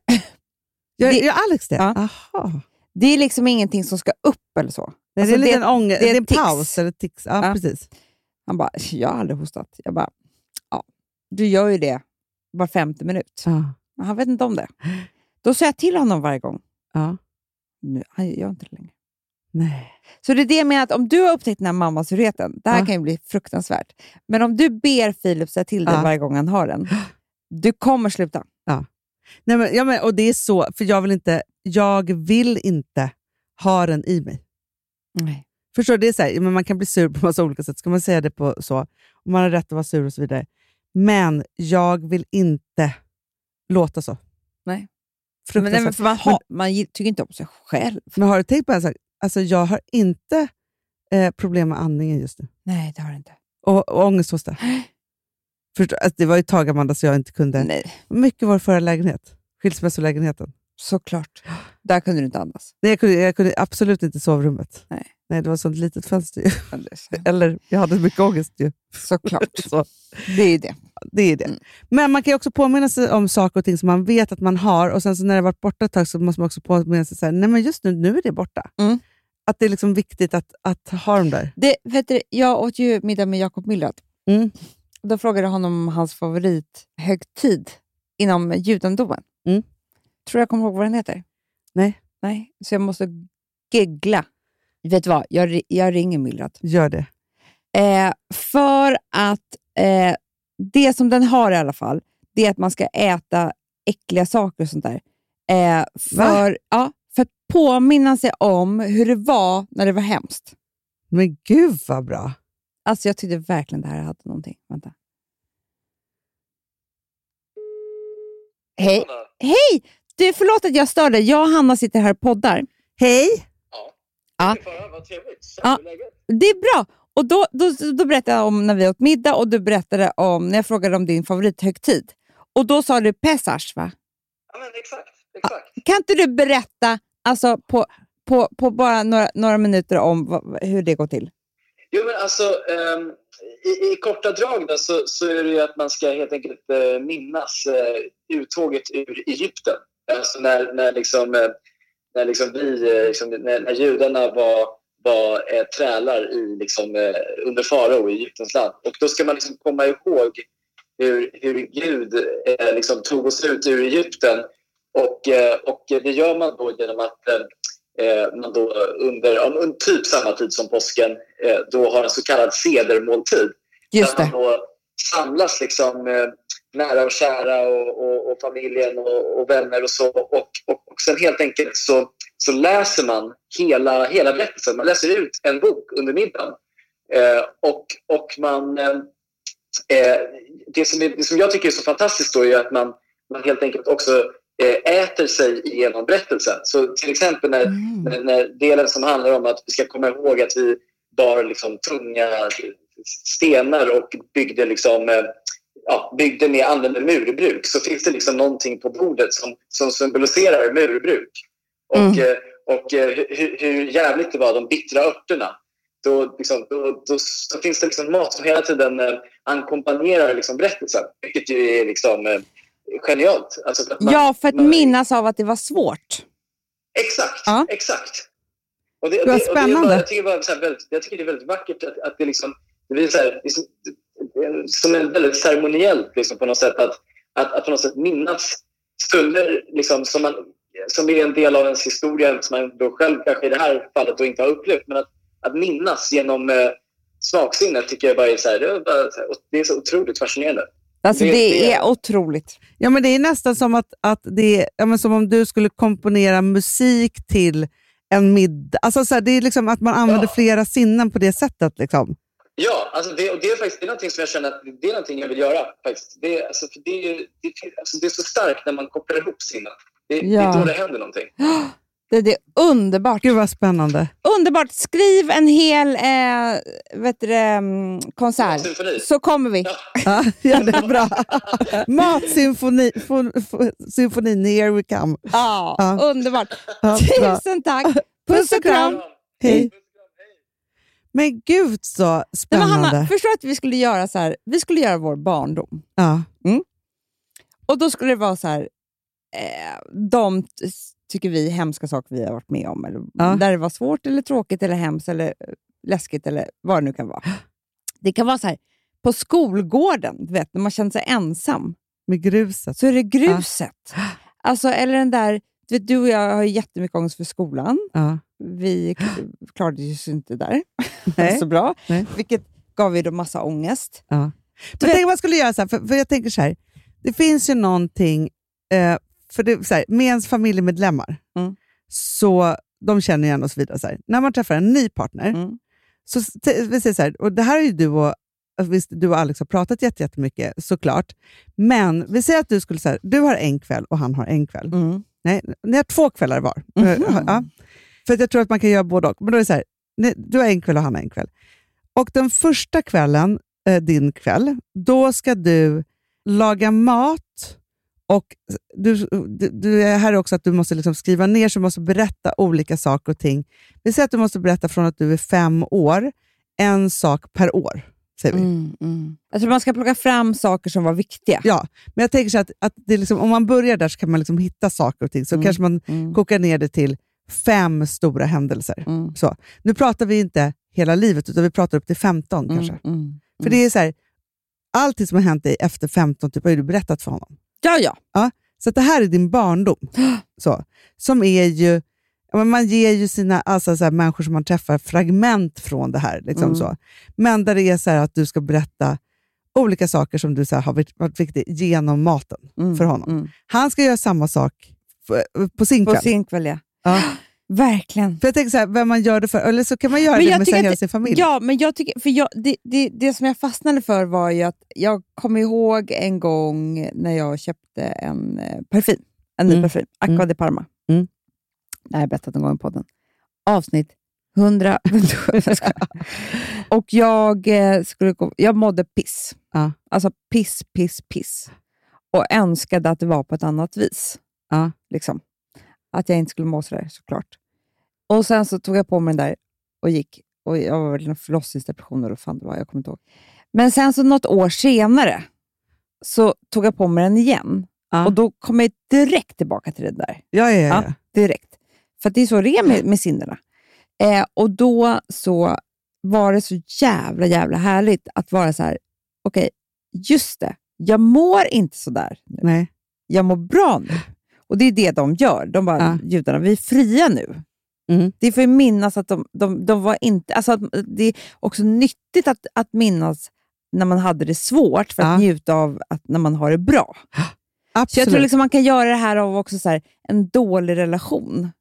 Speaker 4: gör,
Speaker 5: det-
Speaker 4: gör Alex det?
Speaker 5: Ja.
Speaker 4: Jaha.
Speaker 5: det är liksom ingenting som ska upp eller så.
Speaker 4: Nej,
Speaker 5: Alltså,
Speaker 4: det är en liten ånger, det, är en
Speaker 5: tics.
Speaker 4: paus eller tics. Ja,
Speaker 5: Ja.
Speaker 4: precis.
Speaker 5: Han bara, jag har aldrig hostat. Jag bara, ja, du gör ju det var femte minut.
Speaker 4: Ja.
Speaker 5: Men han vet inte om det. Då sa jag till honom varje gång.
Speaker 4: Ja.
Speaker 5: Nu, han gör inte det längre.
Speaker 4: Nej.
Speaker 5: Så det är det med att om du har upptäckt den här mammasurheten, det här
Speaker 4: Ja.
Speaker 5: kan ju bli fruktansvärt. Men om du ber Filip säga till dig
Speaker 4: Ja.
Speaker 5: varje gång han har den, du kommer sluta.
Speaker 4: Nej, men, ja, men, och det är så, för jag vill inte, jag vill inte ha den i mig.
Speaker 5: Nej.
Speaker 4: Förstår du? Det är så här, men man kan bli sur på massa olika sätt. Ska man säga det på så? Och man har rätt att vara sur och så vidare. Men jag vill inte låta så.
Speaker 5: Nej. Men, nej,
Speaker 4: Fruktansvärt.
Speaker 5: men
Speaker 4: Men,
Speaker 5: för man, ha, man gi- tycker inte om sig själv.
Speaker 4: har du tänkt på en sak? Alltså, jag har inte eh, problem med andningen just nu.
Speaker 5: Nej, det har du inte.
Speaker 4: Och, och ångesthosta. Förstår, alltså, det var ju ett tag, Amanda, så jag inte kunde.
Speaker 5: Nej,
Speaker 4: Mycket var förra lägenhet. Skilsmässolägenheten.
Speaker 5: såklart. Där kunde du inte andas.
Speaker 4: Nej, jag, kunde, jag kunde absolut inte sovrummet.
Speaker 5: Nej.
Speaker 4: Nej, det var sånt litet fönster ju.
Speaker 5: Alldeles.
Speaker 4: Eller, jag hade mycket ångest ju.
Speaker 5: Såklart.
Speaker 4: Så.
Speaker 5: Det är ju det.
Speaker 4: Det är det.
Speaker 5: Mm.
Speaker 4: Men man kan ju också påminna sig om saker och ting som man vet att man har och sen så när det har varit borta ett tag så måste man också påminna sig så här, nej men just nu, nu är det borta.
Speaker 5: Mm.
Speaker 4: Att det är liksom viktigt att, att ha dem där.
Speaker 5: det vet du, jag åt ju middag med Jakob Millrat.
Speaker 4: Mm.
Speaker 5: Då frågade jag honom om hans favorithögtid inom judendomen.
Speaker 4: Mm.
Speaker 5: Tror jag kommer ihåg vad den heter?
Speaker 4: Nej.
Speaker 5: Nej, så jag måste giggla. Vet du vad, jag, ri- jag ringer Millrat.
Speaker 4: Gör det.
Speaker 5: Eh, för att eh, det som den har i alla fall, det är att man ska äta äckliga saker och sånt där. Eh, för, ja, för att påminna sig om hur det var när det var hemskt.
Speaker 4: Men gud vad bra.
Speaker 5: Alltså jag tyckte verkligen det här hade någonting. Vänta. Hej! Hej! Du, förlåt att jag stör dig. Jag och Hanna sitter här och poddar.
Speaker 4: Hej!
Speaker 5: Ja, det är bra. Och då, då, då berättade jag om när vi åt middag och du berättade om när jag frågade om din favorithögtid. Och då sa du Pesach, va?
Speaker 8: Ja, men exakt. exakt.
Speaker 5: Kan inte du berätta alltså, på, på, på bara några, några minuter om vad, hur det går till?
Speaker 8: Jo, men alltså, ehm, i, i korta drag då, så, så är det ju att man ska helt enkelt eh, minnas eh, uttåget ur Egypten. Alltså när, när, liksom, eh, när liksom vi, eh, liksom, när, när judarna var, var eh, trälar i, liksom, eh, under farao i Egyptens land. Och då ska man liksom komma ihåg hur, hur Gud eh, liksom, tog oss ut ur Egypten. Och, eh, och det gör man då genom att eh, eh, man då under, ja, men typ samma tid som påsken, eh, då har en så kallad sedermåltid.
Speaker 5: Just
Speaker 8: där
Speaker 5: det.
Speaker 8: man då samlas liksom eh, nära och kära och, och, och familjen och, och vänner och så. Och, och, och sen helt enkelt så, så läser man hela, hela berättelsen. Man läser ut en bok under middagen. Eh, och, och man, eh, det, som är, det som jag tycker är så fantastiskt då är att man, man helt enkelt också eh, äter sig igenom berättelsen. Så till exempel när,
Speaker 5: Mm.
Speaker 8: när, när eh, delen som handlar om att vi ska komma ihåg att vi bar liksom tunga stenar och byggde, liksom, eh, ja, byggde med använde murbruk så finns det liksom någonting på bordet som, som symboliserar murbruk. Och,
Speaker 5: Mm.
Speaker 8: eh, och eh, hur, hur jävligt det var, de bittra örterna. Då, liksom, då, då, då finns det liksom mat som hela tiden eh, ackompanjerar liksom berättelsen, vilket ju är liksom, eh, genialt. Alltså för att man-
Speaker 5: Ja, för att
Speaker 8: man-
Speaker 5: minnas av att det var svårt.
Speaker 8: Exakt,
Speaker 5: Ja.
Speaker 8: exakt. Och det, och
Speaker 4: Vad
Speaker 8: det, och det, är
Speaker 4: spännande.
Speaker 8: bara- jag, tycker bara, så här, väldigt, jag tycker det är väldigt vackert att, att det liksom, det blir så här, liksom, det är som en väldigt ceremoniellt liksom, på något sätt att, att, att på något sätt minnas stunder liksom, som, man, som är en del av ens historia som man då själv kanske i det här fallet då inte har upplevt. Men att, att minnas genom eh, smaksinnet tycker jag bara är så här, det är, bara, så här, det är så otroligt fascinerande.
Speaker 5: Alltså,
Speaker 8: Det-
Speaker 5: det,
Speaker 8: det-
Speaker 5: är otroligt.
Speaker 4: Ja, men det är nästan som, att, att det är, ja, men som om du skulle komponera musik till en middag. Alltså, så här, det är liksom att man använder
Speaker 8: Ja.
Speaker 4: flera sinnen på det sättet. Liksom.
Speaker 8: Ja, alltså det, och det är faktiskt det är någonting som jag känner att det är någonting jag vill göra. Faktiskt. Det, är- alltså, för det, är, ju- det, är- alltså, det är så starkt när man kopplar ihop sinnen. Det, det
Speaker 5: Ja.
Speaker 8: är då det händer någonting.
Speaker 5: Det, det är underbart.
Speaker 4: Gud vad spännande.
Speaker 5: Underbart! Skriv en hel eh, vet du, det, mm, konsert,
Speaker 8: Symfoni.
Speaker 5: så kommer vi.
Speaker 4: Ja, ja, det är bra. Matsymfoni, fon- fon- symfonin, here we come.
Speaker 5: Ja,
Speaker 4: Ja.
Speaker 5: underbart.
Speaker 4: Ja, bra.
Speaker 5: Tusen tack! Puss och kram!
Speaker 4: Hej. Men gud så
Speaker 5: Nej, men
Speaker 4: spännande.
Speaker 5: Hanna, förstår du att vi skulle göra så här, vi skulle göra vår barndom. Mm.
Speaker 4: ja.
Speaker 5: Och då skulle det vara så här, eh, de t- tycker vi hemska saker vi har varit med om. Eller,
Speaker 4: Ja.
Speaker 5: Där det var svårt eller tråkigt eller hemskt eller eh, läskigt eller vad det nu kan vara. Det kan vara så här, på skolgården, du vet, när man känner sig ensam.
Speaker 4: Med gruset.
Speaker 5: så är det gruset. Alltså, eller den där, du, vet, du och jag har ju jättemycket ångest för skolan.
Speaker 4: Ja.
Speaker 5: Vi k- klarade ju oss inte där
Speaker 4: Nej.
Speaker 5: så bra,
Speaker 4: Nej.
Speaker 5: vilket gav ju då massa ångest.
Speaker 4: Men tänk om man skulle göra så här, för, för jag tänker så här. Det finns ju någonting, eh, för det, så här, med ens familjemedlemmar,
Speaker 5: Mm.
Speaker 4: så de känner igen och så vidare. Så här. När man träffar en ny partner,
Speaker 5: Mm.
Speaker 4: så s- t- vi säger så här, och det här är ju du och Visst, du och Alex har pratat jätte- jättemycket såklart, men vi säger att du skulle säga du har en kväll och han har en kväll.
Speaker 5: Mm.
Speaker 4: Nej, ni har två kvällar var. Eh,
Speaker 5: Mhm.
Speaker 4: Ja, för att jag tror att man kan göra både och. Men då är det så här, ni- du har en kväll och han har en kväll. Och den första kvällen, eh, din kväll, då ska du laga mat och du, du, du är här också att du måste liksom skriva ner, så du måste berätta olika saker och ting. Vi säger att du måste berätta från att du är fem år, en sak per år. Säger vi.
Speaker 5: Mm, mm. Jag tror man ska plocka fram saker som var viktiga.
Speaker 4: Ja, men jag tänker så att, att det är liksom, om man börjar där så kan man liksom hitta saker och ting. Så
Speaker 5: Mm.
Speaker 4: kanske man
Speaker 5: Mm,
Speaker 4: kokar ner det till fem stora händelser.
Speaker 5: mm,
Speaker 4: Så. Nu pratar vi inte hela livet, utan vi pratar upp till 15 kanske.
Speaker 5: mm, mm.
Speaker 4: För det är så här, allting som har hänt dig efter 15 typ, har ju du berättat för honom.
Speaker 5: Ja, ja.
Speaker 4: Så att det här är din barndom. så. Som är ju, ja, men man ger ju sina alltså så här, människor som man träffar fragment från det här. Liksom
Speaker 5: Mm.
Speaker 4: så. Men där det är så här att du ska berätta olika saker som du så här, har varit- varit viktig genom maten
Speaker 5: Mm,
Speaker 4: för honom.
Speaker 5: mm.
Speaker 4: Han ska göra samma sak f- på sin
Speaker 5: På
Speaker 4: kväll.
Speaker 5: sin kväll, ja.
Speaker 4: Ja.
Speaker 5: Verkligen.
Speaker 4: För jag tänker så här, vem man gör det för, eller så kan man göra
Speaker 5: Men
Speaker 4: det
Speaker 5: jag
Speaker 4: med
Speaker 5: tycker
Speaker 4: sig
Speaker 5: att
Speaker 4: hela
Speaker 5: det-
Speaker 4: sin familj.
Speaker 5: Ja, men jag tycker, för jag, det, det, det som jag fastnade för var ju att jag kommer ihåg en gång när jag köpte en eh, parfym, en ny
Speaker 4: Mm.
Speaker 5: parfym, Aqua
Speaker 4: Mm.
Speaker 5: de Parma.
Speaker 4: Mm.
Speaker 5: Det har jag berättat någon gång i podden. Avsnitt 100. Jag skojar. och jag, eh, skulle gå, jag mådde piss.
Speaker 4: Ja.
Speaker 5: Alltså piss, piss, piss. Och önskade att det var på ett annat vis.
Speaker 4: Ja.
Speaker 5: Liksom. Att jag inte skulle må sådär såklart. Och sen så tog jag på mig den där och gick. Och jag var väl i någon förlossningsdepression eller vad fan det var, jag kommer inte ihåg. Men sen så något år senare så tog jag på mig den igen.
Speaker 4: Ja.
Speaker 5: Och då kom jag direkt tillbaka till det där.
Speaker 4: Ja, ja, ja. ja.
Speaker 5: Ja. Direkt. För att det är så det är med, med sinnena. Eh, och då så var det så jävla, jävla härligt att vara så här, okej, just det, jag mår inte så där nu
Speaker 4: Nej.
Speaker 5: jag mår bra nu. Och det är det de gör. De bara,
Speaker 4: Ja.
Speaker 5: judarna, vi är fria nu.
Speaker 4: Mm.
Speaker 5: Det får ju minnas att de, de, de var inte... Alltså att det är också nyttigt att, att minnas när man hade det svårt för att
Speaker 4: Ja.
Speaker 5: njuta av att när man har det bra. Så
Speaker 4: Absolut.
Speaker 5: jag tror liksom man kan göra det här av också så här, en dålig relation.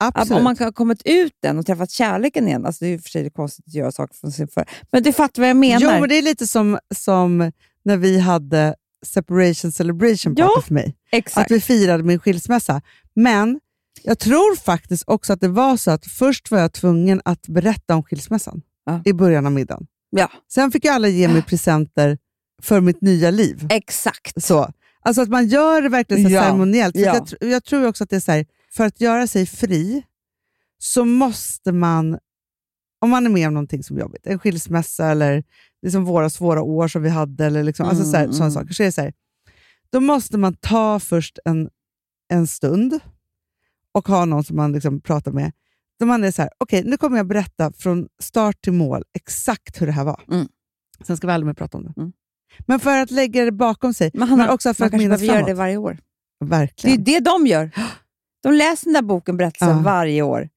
Speaker 5: Att
Speaker 4: Absolut.
Speaker 5: om man har kommit ut den och träffat kärleken igen, alltså det är ju för sig konstigt att göra saker från sin för. Men du fattar vad jag menar.
Speaker 4: Jo, men det är lite som, som när vi hade separation celebration party
Speaker 5: Ja,
Speaker 4: för mig.
Speaker 5: Exakt.
Speaker 4: Att vi firade min skilsmässa. Men jag tror faktiskt också att det var så att först var jag tvungen att berätta om skilsmässan
Speaker 5: Ja.
Speaker 4: i början av middagen.
Speaker 5: Ja.
Speaker 4: Sen fick ju alla ge mig presenter för mitt nya liv.
Speaker 5: Exakt.
Speaker 4: Så. Alltså att man gör det verkligen så här
Speaker 5: Ja.
Speaker 4: ceremoniellt. För
Speaker 5: Ja.
Speaker 4: Jag, tr- jag tror också att det är så här, för att göra sig fri så måste man, om man är med om någonting som är jobbigt, en skilsmässa eller liksom våra svåra år som vi hade, eller liksom, alltså så här,
Speaker 5: Mm,
Speaker 4: sådana
Speaker 5: mm.
Speaker 4: saker, så är det så här, då måste man ta först en, en stund och ha någon som man liksom pratar med. Då man är så här, okej nu kommer jag berätta från start till mål exakt hur det här var.
Speaker 5: Mm.
Speaker 4: Sen ska vi aldrig mer prata om det.
Speaker 5: Mm.
Speaker 4: Men för att lägga det bakom sig,
Speaker 5: Men
Speaker 4: men,
Speaker 5: Hanna,
Speaker 4: också för
Speaker 5: Man
Speaker 4: att
Speaker 5: kanske
Speaker 4: minnas
Speaker 5: behöver göra
Speaker 4: framåt.
Speaker 5: det varje år. Det är
Speaker 4: Verkligen.
Speaker 5: ju det de gör. De läser den där boken, berättelsen,
Speaker 4: Ja.
Speaker 5: varje år.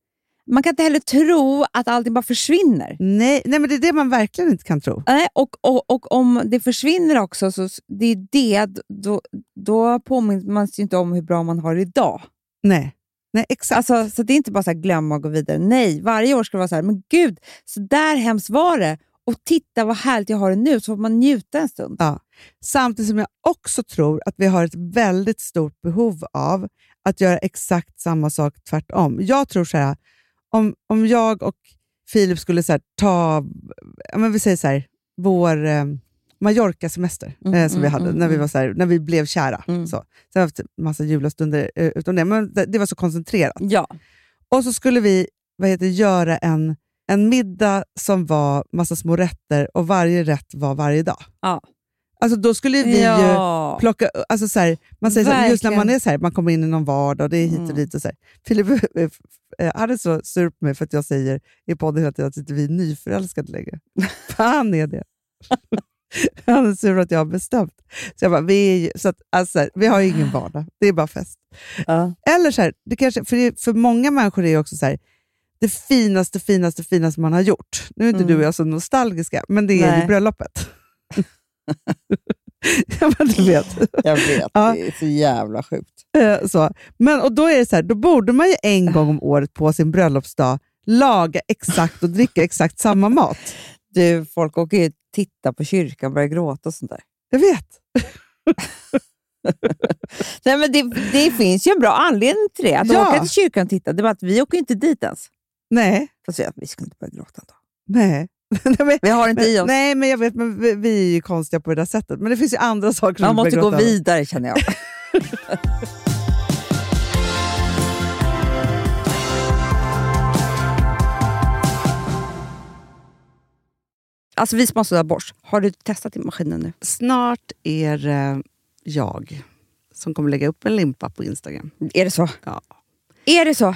Speaker 5: Man kan inte heller tro att allting bara försvinner.
Speaker 4: Nej, nej, men det är det man verkligen inte kan tro.
Speaker 5: Nej, Och, och, och om det försvinner också, så s- det är det, då, då påminns man sig ju inte om hur bra man har det idag.
Speaker 4: Nej, nej exakt.
Speaker 5: Alltså, så det är inte bara så här, glömma och gå vidare. Nej, varje år ska det vara så här, men gud, så där hemskt var det. Och titta vad härligt jag har det nu, så får man njuta en stund.
Speaker 4: Samtidigt som jag också tror att vi har ett väldigt stort behov av att göra exakt samma sak tvärtom. Jag tror så här, om, om jag och Filip skulle så här, ta, ja, men vi säger så här, vår eh, Mallorca-semester
Speaker 5: Mm,
Speaker 4: eh, som vi
Speaker 5: mm,
Speaker 4: hade
Speaker 5: mm,
Speaker 4: när, vi
Speaker 5: mm.
Speaker 4: var så här, när vi blev kära.
Speaker 5: Mm.
Speaker 4: Så. Sen har vi haft en massa julavstunder eh, utom det, men det, det var så koncentrerat.
Speaker 5: Ja,
Speaker 4: Och så skulle vi vad heter, det, göra en, en middag som var massa små rätter och varje rätt var varje dag.
Speaker 5: Ja.
Speaker 4: Alltså då skulle vi ju
Speaker 5: ja.
Speaker 4: plocka, alltså så här, man säger så här, just när man
Speaker 5: Verkligen.
Speaker 4: är så här, man kommer in i någon vardag, det är hit
Speaker 5: Mm.
Speaker 4: och dit och så här. Filip eh, han är så sur på mig för att jag säger i podden hela tiden att inte vi är nyförälskade längre. Fan är det. Han är sur att jag har bestämt. Så jag bara, vi, är ju, så att, alltså, så här, vi har ju ingen vardag, det är bara fest.
Speaker 5: Ja.
Speaker 4: Eller så här, det kanske, för, det, för många människor är det också så här, det finaste, finaste, finaste man har gjort. Nu är inte
Speaker 5: Mm.
Speaker 4: du och jag så nostalgiska, men det är
Speaker 5: Nej.
Speaker 4: ju bröllopet. ja, men du vet.
Speaker 5: Jag vet,
Speaker 4: Ja.
Speaker 5: det är så jävla sjukt.
Speaker 4: Eh, Så. Men, och då är det så här, då borde man ju en gång om året på sin bröllopsdag laga exakt och dricka exakt samma mat.
Speaker 5: Du, folk åker ju titta på kyrkan och börjar gråta och sånt där.
Speaker 4: Jag vet.
Speaker 5: Nej, men det, det finns ju en bra anledning till det, att
Speaker 4: Ja.
Speaker 5: åka till kyrkan och titta. Det är bara att vi åker ju inte dit ens.
Speaker 4: Nej.
Speaker 5: Fast jag, vi skulle inte börja gråta ändå.
Speaker 4: Nej. Nej, men,
Speaker 5: Vi har inte i oss.
Speaker 4: nej, men jag vet, men vi, vi är ju konstiga på det där sättet. Men det finns ju andra saker som
Speaker 5: Man
Speaker 4: vi börjar
Speaker 5: måste gå
Speaker 4: gråta över.
Speaker 5: vidare känner jag. Alltså vi som har sådär borst, har du testat i maskinen nu?
Speaker 6: Snart är eh, jag som kommer lägga upp en limpa på Instagram.
Speaker 5: Är det så?
Speaker 6: Ja.
Speaker 5: Är det så?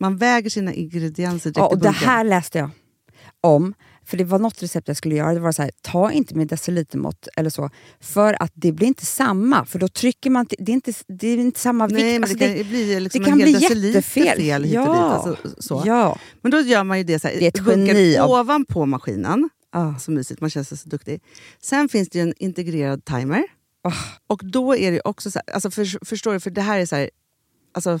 Speaker 6: man väger sina ingredienser direkt
Speaker 5: Ja, och
Speaker 6: i
Speaker 5: det
Speaker 6: bunken.
Speaker 5: här läste jag om. För det var något recept jag skulle göra. Det var så här, ta inte med decilitermått eller så. För att det blir inte samma. För då trycker man... till- Det är inte, det är inte samma vikt.
Speaker 6: Nej, men
Speaker 5: Alltså,
Speaker 6: det kan ju bli liksom
Speaker 5: det kan
Speaker 6: en hel
Speaker 5: bli
Speaker 6: deciliter
Speaker 5: jättefel.
Speaker 6: fel hit och dit.
Speaker 5: Ja.
Speaker 6: Alltså, så.
Speaker 5: Ja.
Speaker 6: Men då gör man ju det så här,
Speaker 5: Det är ett
Speaker 6: bunkar
Speaker 5: geni av-
Speaker 6: ovanpå maskinen.
Speaker 5: Ah.
Speaker 6: Så mysigt, man känns så duktig. Sen finns det ju en integrerad timer.
Speaker 5: Ah.
Speaker 6: Och då är det ju också så här, alltså för, förstår du, för det här är så här, alltså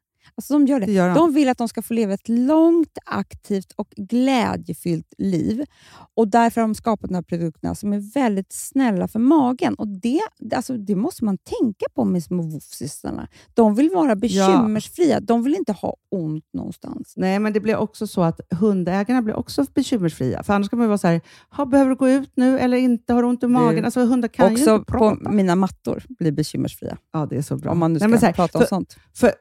Speaker 5: Alltså de gör det.
Speaker 6: Det gör de.
Speaker 5: De vill att de ska få leva ett långt, aktivt och glädjefyllt liv. Och Därför har de skapat de här produkterna som är väldigt snälla för magen. Och Det, alltså, det måste man tänka på med små woofsystarna. De vill vara bekymmersfria. De vill inte ha ont någonstans.
Speaker 6: Nej, men det blir också så att hundägarna blir också bekymmersfria. För annars kan man ju vara så här, "Ha, behöver du gå ut nu eller inte? Har du ont i magen? Alltså hundar kan ju
Speaker 5: Också
Speaker 6: inte prata.
Speaker 5: på mina mattor blir bekymmersfria.
Speaker 6: Ja, det är så bra.
Speaker 5: Om man nu ska
Speaker 6: Nej, men så här,
Speaker 5: prata om
Speaker 6: för,
Speaker 5: sånt.
Speaker 6: För,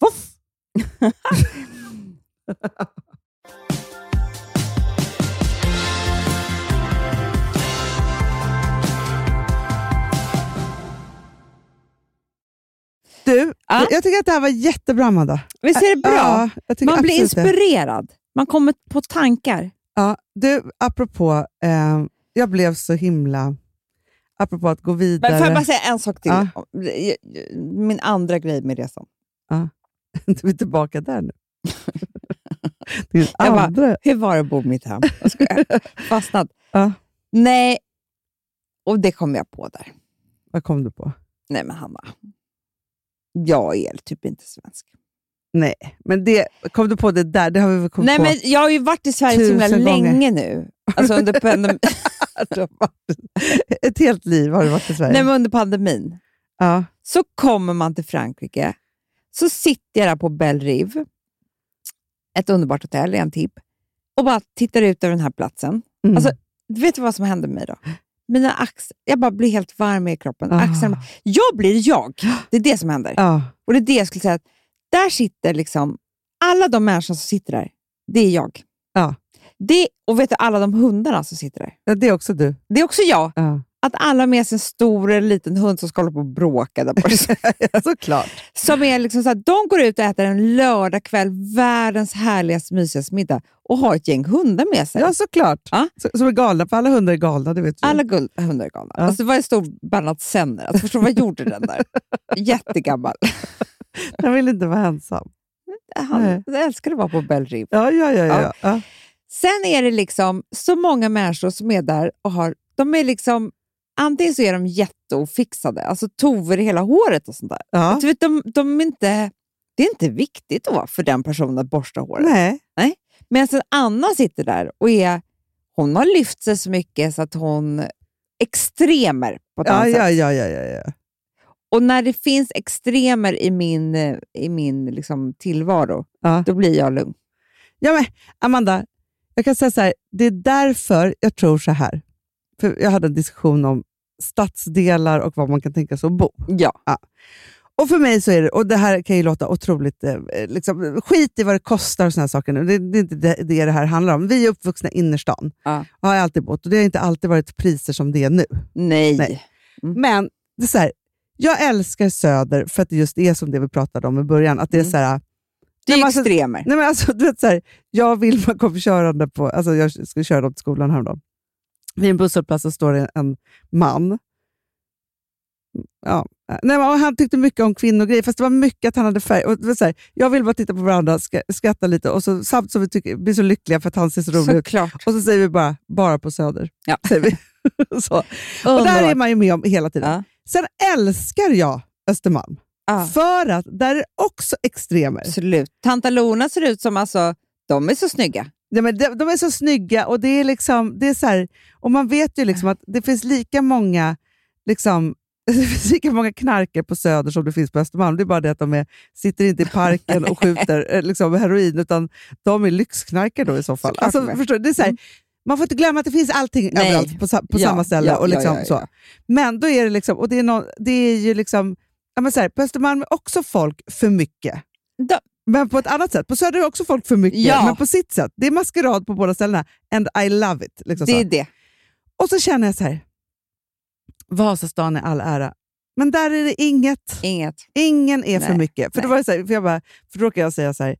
Speaker 6: Voff!
Speaker 4: Du,
Speaker 5: Ja.
Speaker 4: jag tycker att det här var jättebra, Amanda.
Speaker 5: Visst är det bra?
Speaker 4: Ja, jag tycker
Speaker 5: Man blir
Speaker 4: absolut det.
Speaker 5: inspirerad. Man kommer på tankar.
Speaker 4: Ja, du, apropå, eh, jag blev så himla... Apropå att gå vidare.
Speaker 5: Men får jag bara säga en sak till?
Speaker 4: Ja.
Speaker 5: Min andra grej med resan.
Speaker 4: Du är tillbaka där nu. Din
Speaker 5: Jag bara-
Speaker 4: andra.
Speaker 5: Hur var det att bo i mitt hem? Jag skojar. Fastnat.
Speaker 4: Ja.
Speaker 5: Nej, och det kom jag på där.
Speaker 4: Vad kom du på?
Speaker 5: Nej men Hanna, jag är typ inte svensk.
Speaker 4: Nej, men det, kom du på det där? Det har vi väl kommit
Speaker 5: Nej
Speaker 4: på.
Speaker 5: men jag har ju varit i Sverige så himla
Speaker 4: Tusen gånger.
Speaker 5: länge nu. Alltså under, pandem-
Speaker 4: Ett helt liv har du varit i Sverige.
Speaker 5: Nej, men under pandemin.
Speaker 4: ja.
Speaker 5: Så kommer man till Frankrike, så sitter jag där på Belle Rive, ett underbart hotell i en tipp, och bara tittar ut över den här platsen.
Speaker 4: Mm.
Speaker 5: Alltså, vet du vad som hände med mig då? Mina axlar, jag bara blir helt varm i kroppen.
Speaker 4: Ah.
Speaker 5: Axlarna, bara- jag blir jag. Det är det som händer.
Speaker 4: ja.
Speaker 5: Och det är det jag skulle säga, att där sitter liksom, alla de människor som sitter där, det är jag.
Speaker 4: Ja.
Speaker 5: Det, och vet du, alla de hundarna som sitter där,
Speaker 4: ja, det är också du.
Speaker 5: det är också jag.
Speaker 4: Ja.
Speaker 5: Att alla har med sig en stor eller liten hund som ska hålla på och bråka där borta.
Speaker 4: Såklart.
Speaker 5: som är liksom så här, de går ut och äter en lördagkväll, världens härligaste, mysigaste middag och har ett gäng hundar med sig.
Speaker 4: Ja, såklart.
Speaker 5: Ja.
Speaker 4: Så, som är galna, för alla hundar är galna, det vet du.
Speaker 5: Alla guld, hundar är galna.
Speaker 4: Ja.
Speaker 5: Alltså, det var en stor Bernhard Senner. Alltså, förstår du, vad gjorde den där? Jättegammal.
Speaker 4: Jag vill inte vara ensam.
Speaker 5: Han jag älskade att vara på Belle Rive.
Speaker 4: Ja, ja, ja. ja. ja. ja.
Speaker 5: Sen är det liksom så många människor som är där och har... De är liksom... Antingen så är de jätteofixade, alltså tover i hela håret och sånt där.
Speaker 4: ja.
Speaker 5: Du vet, de, de är inte, det är inte viktigt att vara för den personen att borsta håret.
Speaker 4: Nej.
Speaker 5: Men sen Anna sitter där och är... Hon har lyft sig så mycket så att hon... Extremer på ett
Speaker 4: Ja,
Speaker 5: annat
Speaker 4: ja,
Speaker 5: sätt.
Speaker 4: ja, ja, ja, ja.
Speaker 5: Och när det finns extremer i min, eh, i min liksom, tillvaro,
Speaker 4: Ja.
Speaker 5: då blir jag lugn.
Speaker 4: ja men, Amanda, jag kan säga så här. Det är därför jag tror så här. För jag hade en diskussion om stadsdelar och var man kan tänka sig att bo.
Speaker 5: Ja.
Speaker 4: Och för mig så är det, och det här kan ju låta otroligt, eh, liksom, skit i vad det kostar och såna här saker nu. Det, det är inte det, det det här handlar om. Vi är uppvuxna i innerstan
Speaker 5: Ja.
Speaker 4: och har alltid bott och det har inte alltid varit priser som det är nu.
Speaker 5: Nej.
Speaker 4: Nej. Men det är så här, jag älskar Söder för att det just är som det vi pratade om i början. Att det är
Speaker 5: Mm.
Speaker 4: så här,
Speaker 5: Det är
Speaker 4: men alltså-
Speaker 5: extremer.
Speaker 4: Nej, men alltså, du vet, så här, jag och Vilma kom körande på, alltså, jag skulle köra dem till skolan häromdagen. Vid en busshållplats så står det en man. Ja. Nej, men, och han tyckte mycket om kvinnogrejer, fast det var mycket att han hade färg. Och, det var så här, jag vill bara titta på varandra, sk- skratta lite, och så, samtidigt som vi tycker, blir så lyckliga för att han ser så rolig ut.
Speaker 5: Såklart.
Speaker 4: Och så säger vi bara, bara på Söder.
Speaker 5: Ja.
Speaker 4: Säger vi. så. Och där är man ju med om hela tiden. Sen älskar jag Östermalm.
Speaker 5: Ja,
Speaker 4: För att där är också extremer.
Speaker 5: absolut. Tanta Lona ser ut som, alltså, de är så snygga.
Speaker 4: Ja, men de, de är så snygga och det är liksom, det är så här, och man vet ju liksom att det finns lika många liksom, det finns lika många knarker på Söder som det finns på Östermalm. Det är bara det att de är, sitter inte i parken och skjuter eh, liksom, heroin, utan de är lyxknarkar då i så fall.
Speaker 5: Såklart
Speaker 4: Alltså,
Speaker 5: de är. Mm.
Speaker 4: förstår du? Det är så här, Man får inte glömma att det finns allting
Speaker 5: Nej.
Speaker 4: överallt på, sa- på
Speaker 5: Ja,
Speaker 4: samma ställe.
Speaker 5: ja,
Speaker 4: och
Speaker 5: ja,
Speaker 4: liksom,
Speaker 5: ja, ja.
Speaker 4: Så. Men då är det liksom, och det är, någon, det är ju liksom, ja, men så här, på Östermalm är också folk för mycket.
Speaker 5: De-
Speaker 4: Men på ett annat sätt. På Söder är också folk för mycket,
Speaker 5: Ja.
Speaker 4: men på sitt sätt. Det är maskerad på båda ställena. And I love it. Liksom
Speaker 5: Det är
Speaker 4: så.
Speaker 5: det.
Speaker 4: Och så känner jag så här. Vasastan är all ära, men där är det inget.
Speaker 5: Inget.
Speaker 4: Ingen är för
Speaker 5: Nej,
Speaker 4: mycket. För, då
Speaker 5: nej.
Speaker 4: var det så här, för, jag bara, för då råkade jag säga så här.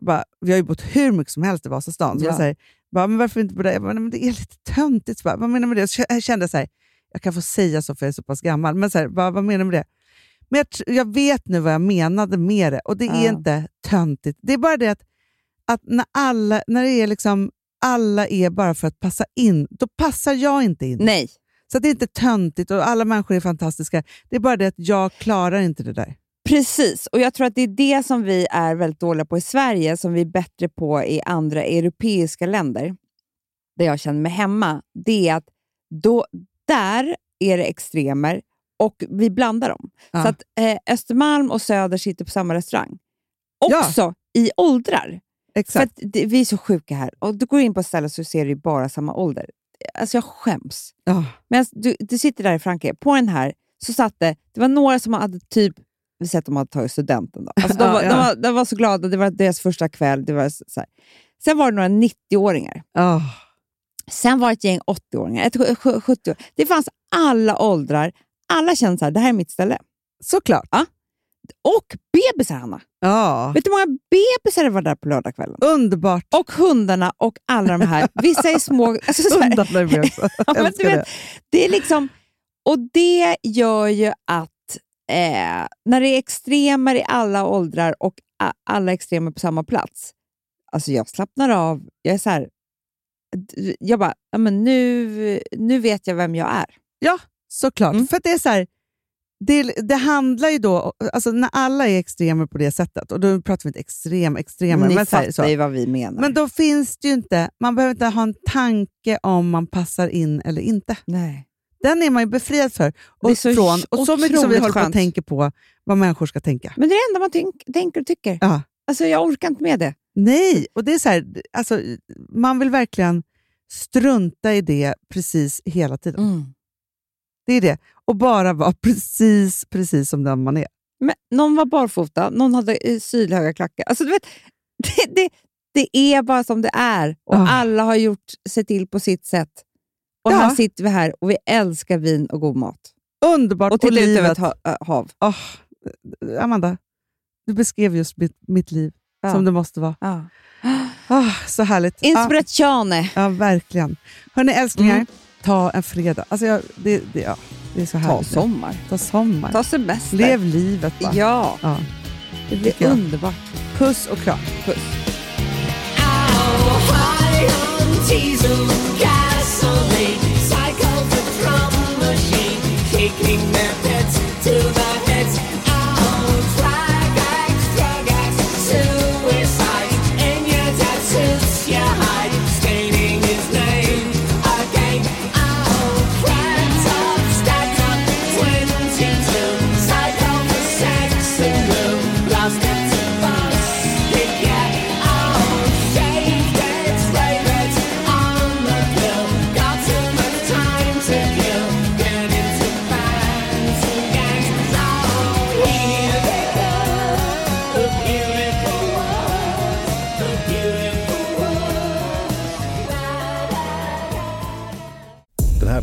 Speaker 4: Jag bara, vi har ju bott hur mycket som helst i Vasastan. Så
Speaker 5: Ja.
Speaker 4: jag säger, bara, men varför inte på det? Jag bara, nej, men det är lite töntigt. Så bara, vad menar du med det? Så jag kände så här, jag kan få säga så för jag är så pass gammal, men så här, bara, vad menar du med det? Men jag, tr- jag vet nu vad jag menade med det och det är
Speaker 5: Ja.
Speaker 4: inte töntigt. Det är bara det att, att när, alla, när det är liksom, alla är bara för att passa in, då passar jag inte in.
Speaker 5: Nej.
Speaker 4: Så att det är inte töntigt och alla människor är fantastiska. Det är bara det att jag klarar inte det där.
Speaker 5: Precis, och jag tror att det är det som vi är väldigt dåliga på i Sverige, som vi är bättre på i andra europeiska länder, där jag känner mig hemma. Det är att då, där är det extremer och vi blandar dem.
Speaker 4: Ja.
Speaker 5: Så att eh, Östermalm och Söder sitter på samma restaurang.
Speaker 4: Ja.
Speaker 5: Också i åldrar. För
Speaker 4: Exakt.
Speaker 5: att det, vi är så sjuka här. Och du går in på ett ställe så ser du ju bara samma ålder. Alltså jag skäms.
Speaker 4: Ja.
Speaker 5: Men alltså, du, du sitter där i Frankrike, på den här så satt det, det var några som hade typ, vi säger att de hade tagit studenten då. Alltså de,
Speaker 4: Ja,
Speaker 5: var,
Speaker 4: ja.
Speaker 5: De, var, de var så glada, det var deras första kväll. Det var så så här. Sen var det några 90-åringar.
Speaker 4: Ah.
Speaker 5: Sen var det ett gäng 80-åringar, ett sj- sj- 70 åringar Det fanns alla åldrar. Alla kände så här, det här är mitt ställe.
Speaker 4: Såklart.
Speaker 5: Och bebisar, Hanna.
Speaker 4: Ja.
Speaker 5: Vet du hur många bebisar det var där på lördagskvällen?
Speaker 4: Underbart.
Speaker 5: Och hundarna och alla de här. Vissa är små. Alltså så här,
Speaker 4: Undan med mig.
Speaker 5: Ja, men du
Speaker 4: Älskar det.
Speaker 5: vet, det är liksom, och det gör ju att eh, när det är extremer i alla åldrar och a- alla extremer på samma plats, alltså jag slappnar av. Jag är så här, d- jag bara, ja, men nu, nu vet jag vem jag är.
Speaker 4: Såklart.
Speaker 5: Mm.
Speaker 4: För att det är så här, det, det handlar ju då, alltså när alla är extremer på det sättet, och då pratar vi inte extrem extremer,
Speaker 5: Ni
Speaker 4: men, så här,
Speaker 5: fattar ju
Speaker 4: så.
Speaker 5: vad vi menar.
Speaker 4: men då finns det ju inte, man behöver inte ha en tanke om man passar in eller inte.
Speaker 5: Nej.
Speaker 4: Den är man ju befriad för.
Speaker 5: Det är
Speaker 4: Och,
Speaker 5: så
Speaker 4: från, och så mycket som vi håller
Speaker 5: otroligt
Speaker 4: på och
Speaker 5: skönt.
Speaker 4: tänker på vad människor ska tänka.
Speaker 5: men det är det enda man tänk, tänker och tycker.
Speaker 4: Ja.
Speaker 5: Alltså jag orkar inte med det.
Speaker 4: Nej, och det är så här, alltså, man vill verkligen strunta i det precis hela tiden. Det är det. Och bara vara precis, precis som den man är.
Speaker 5: Men någon var barfota, någon hade eh, sylhöga klackar. Alltså, du vet, det, det, det är bara som det är och
Speaker 4: Ah.
Speaker 5: alla har gjort sig till på sitt sätt. Och
Speaker 4: Ja.
Speaker 5: här sitter vi här och vi älskar vin och god mat.
Speaker 4: Underbart.
Speaker 5: Och tittar ut över
Speaker 4: livet.
Speaker 5: ett ha, ö, hav.
Speaker 4: Åh, Amanda, du beskrev just mitt, mitt liv
Speaker 5: Ja.
Speaker 4: som det måste vara.
Speaker 5: Ja.
Speaker 4: Ah, så härligt. Ja,
Speaker 5: Inspiratione!
Speaker 4: ja, verkligen. Hörni älsklingar,
Speaker 5: Mm.
Speaker 4: ta en fredag. Alltså, jag, det, det, ja, det är så
Speaker 5: Ta
Speaker 4: härligt. nu.
Speaker 5: sommar,
Speaker 4: Ta sommar.
Speaker 5: ta semester.
Speaker 4: Lev livet bara.
Speaker 5: Ja,
Speaker 4: Ja.
Speaker 5: det blir
Speaker 4: tycker jag.
Speaker 5: underbart.
Speaker 4: Puss och kram.
Speaker 9: Den här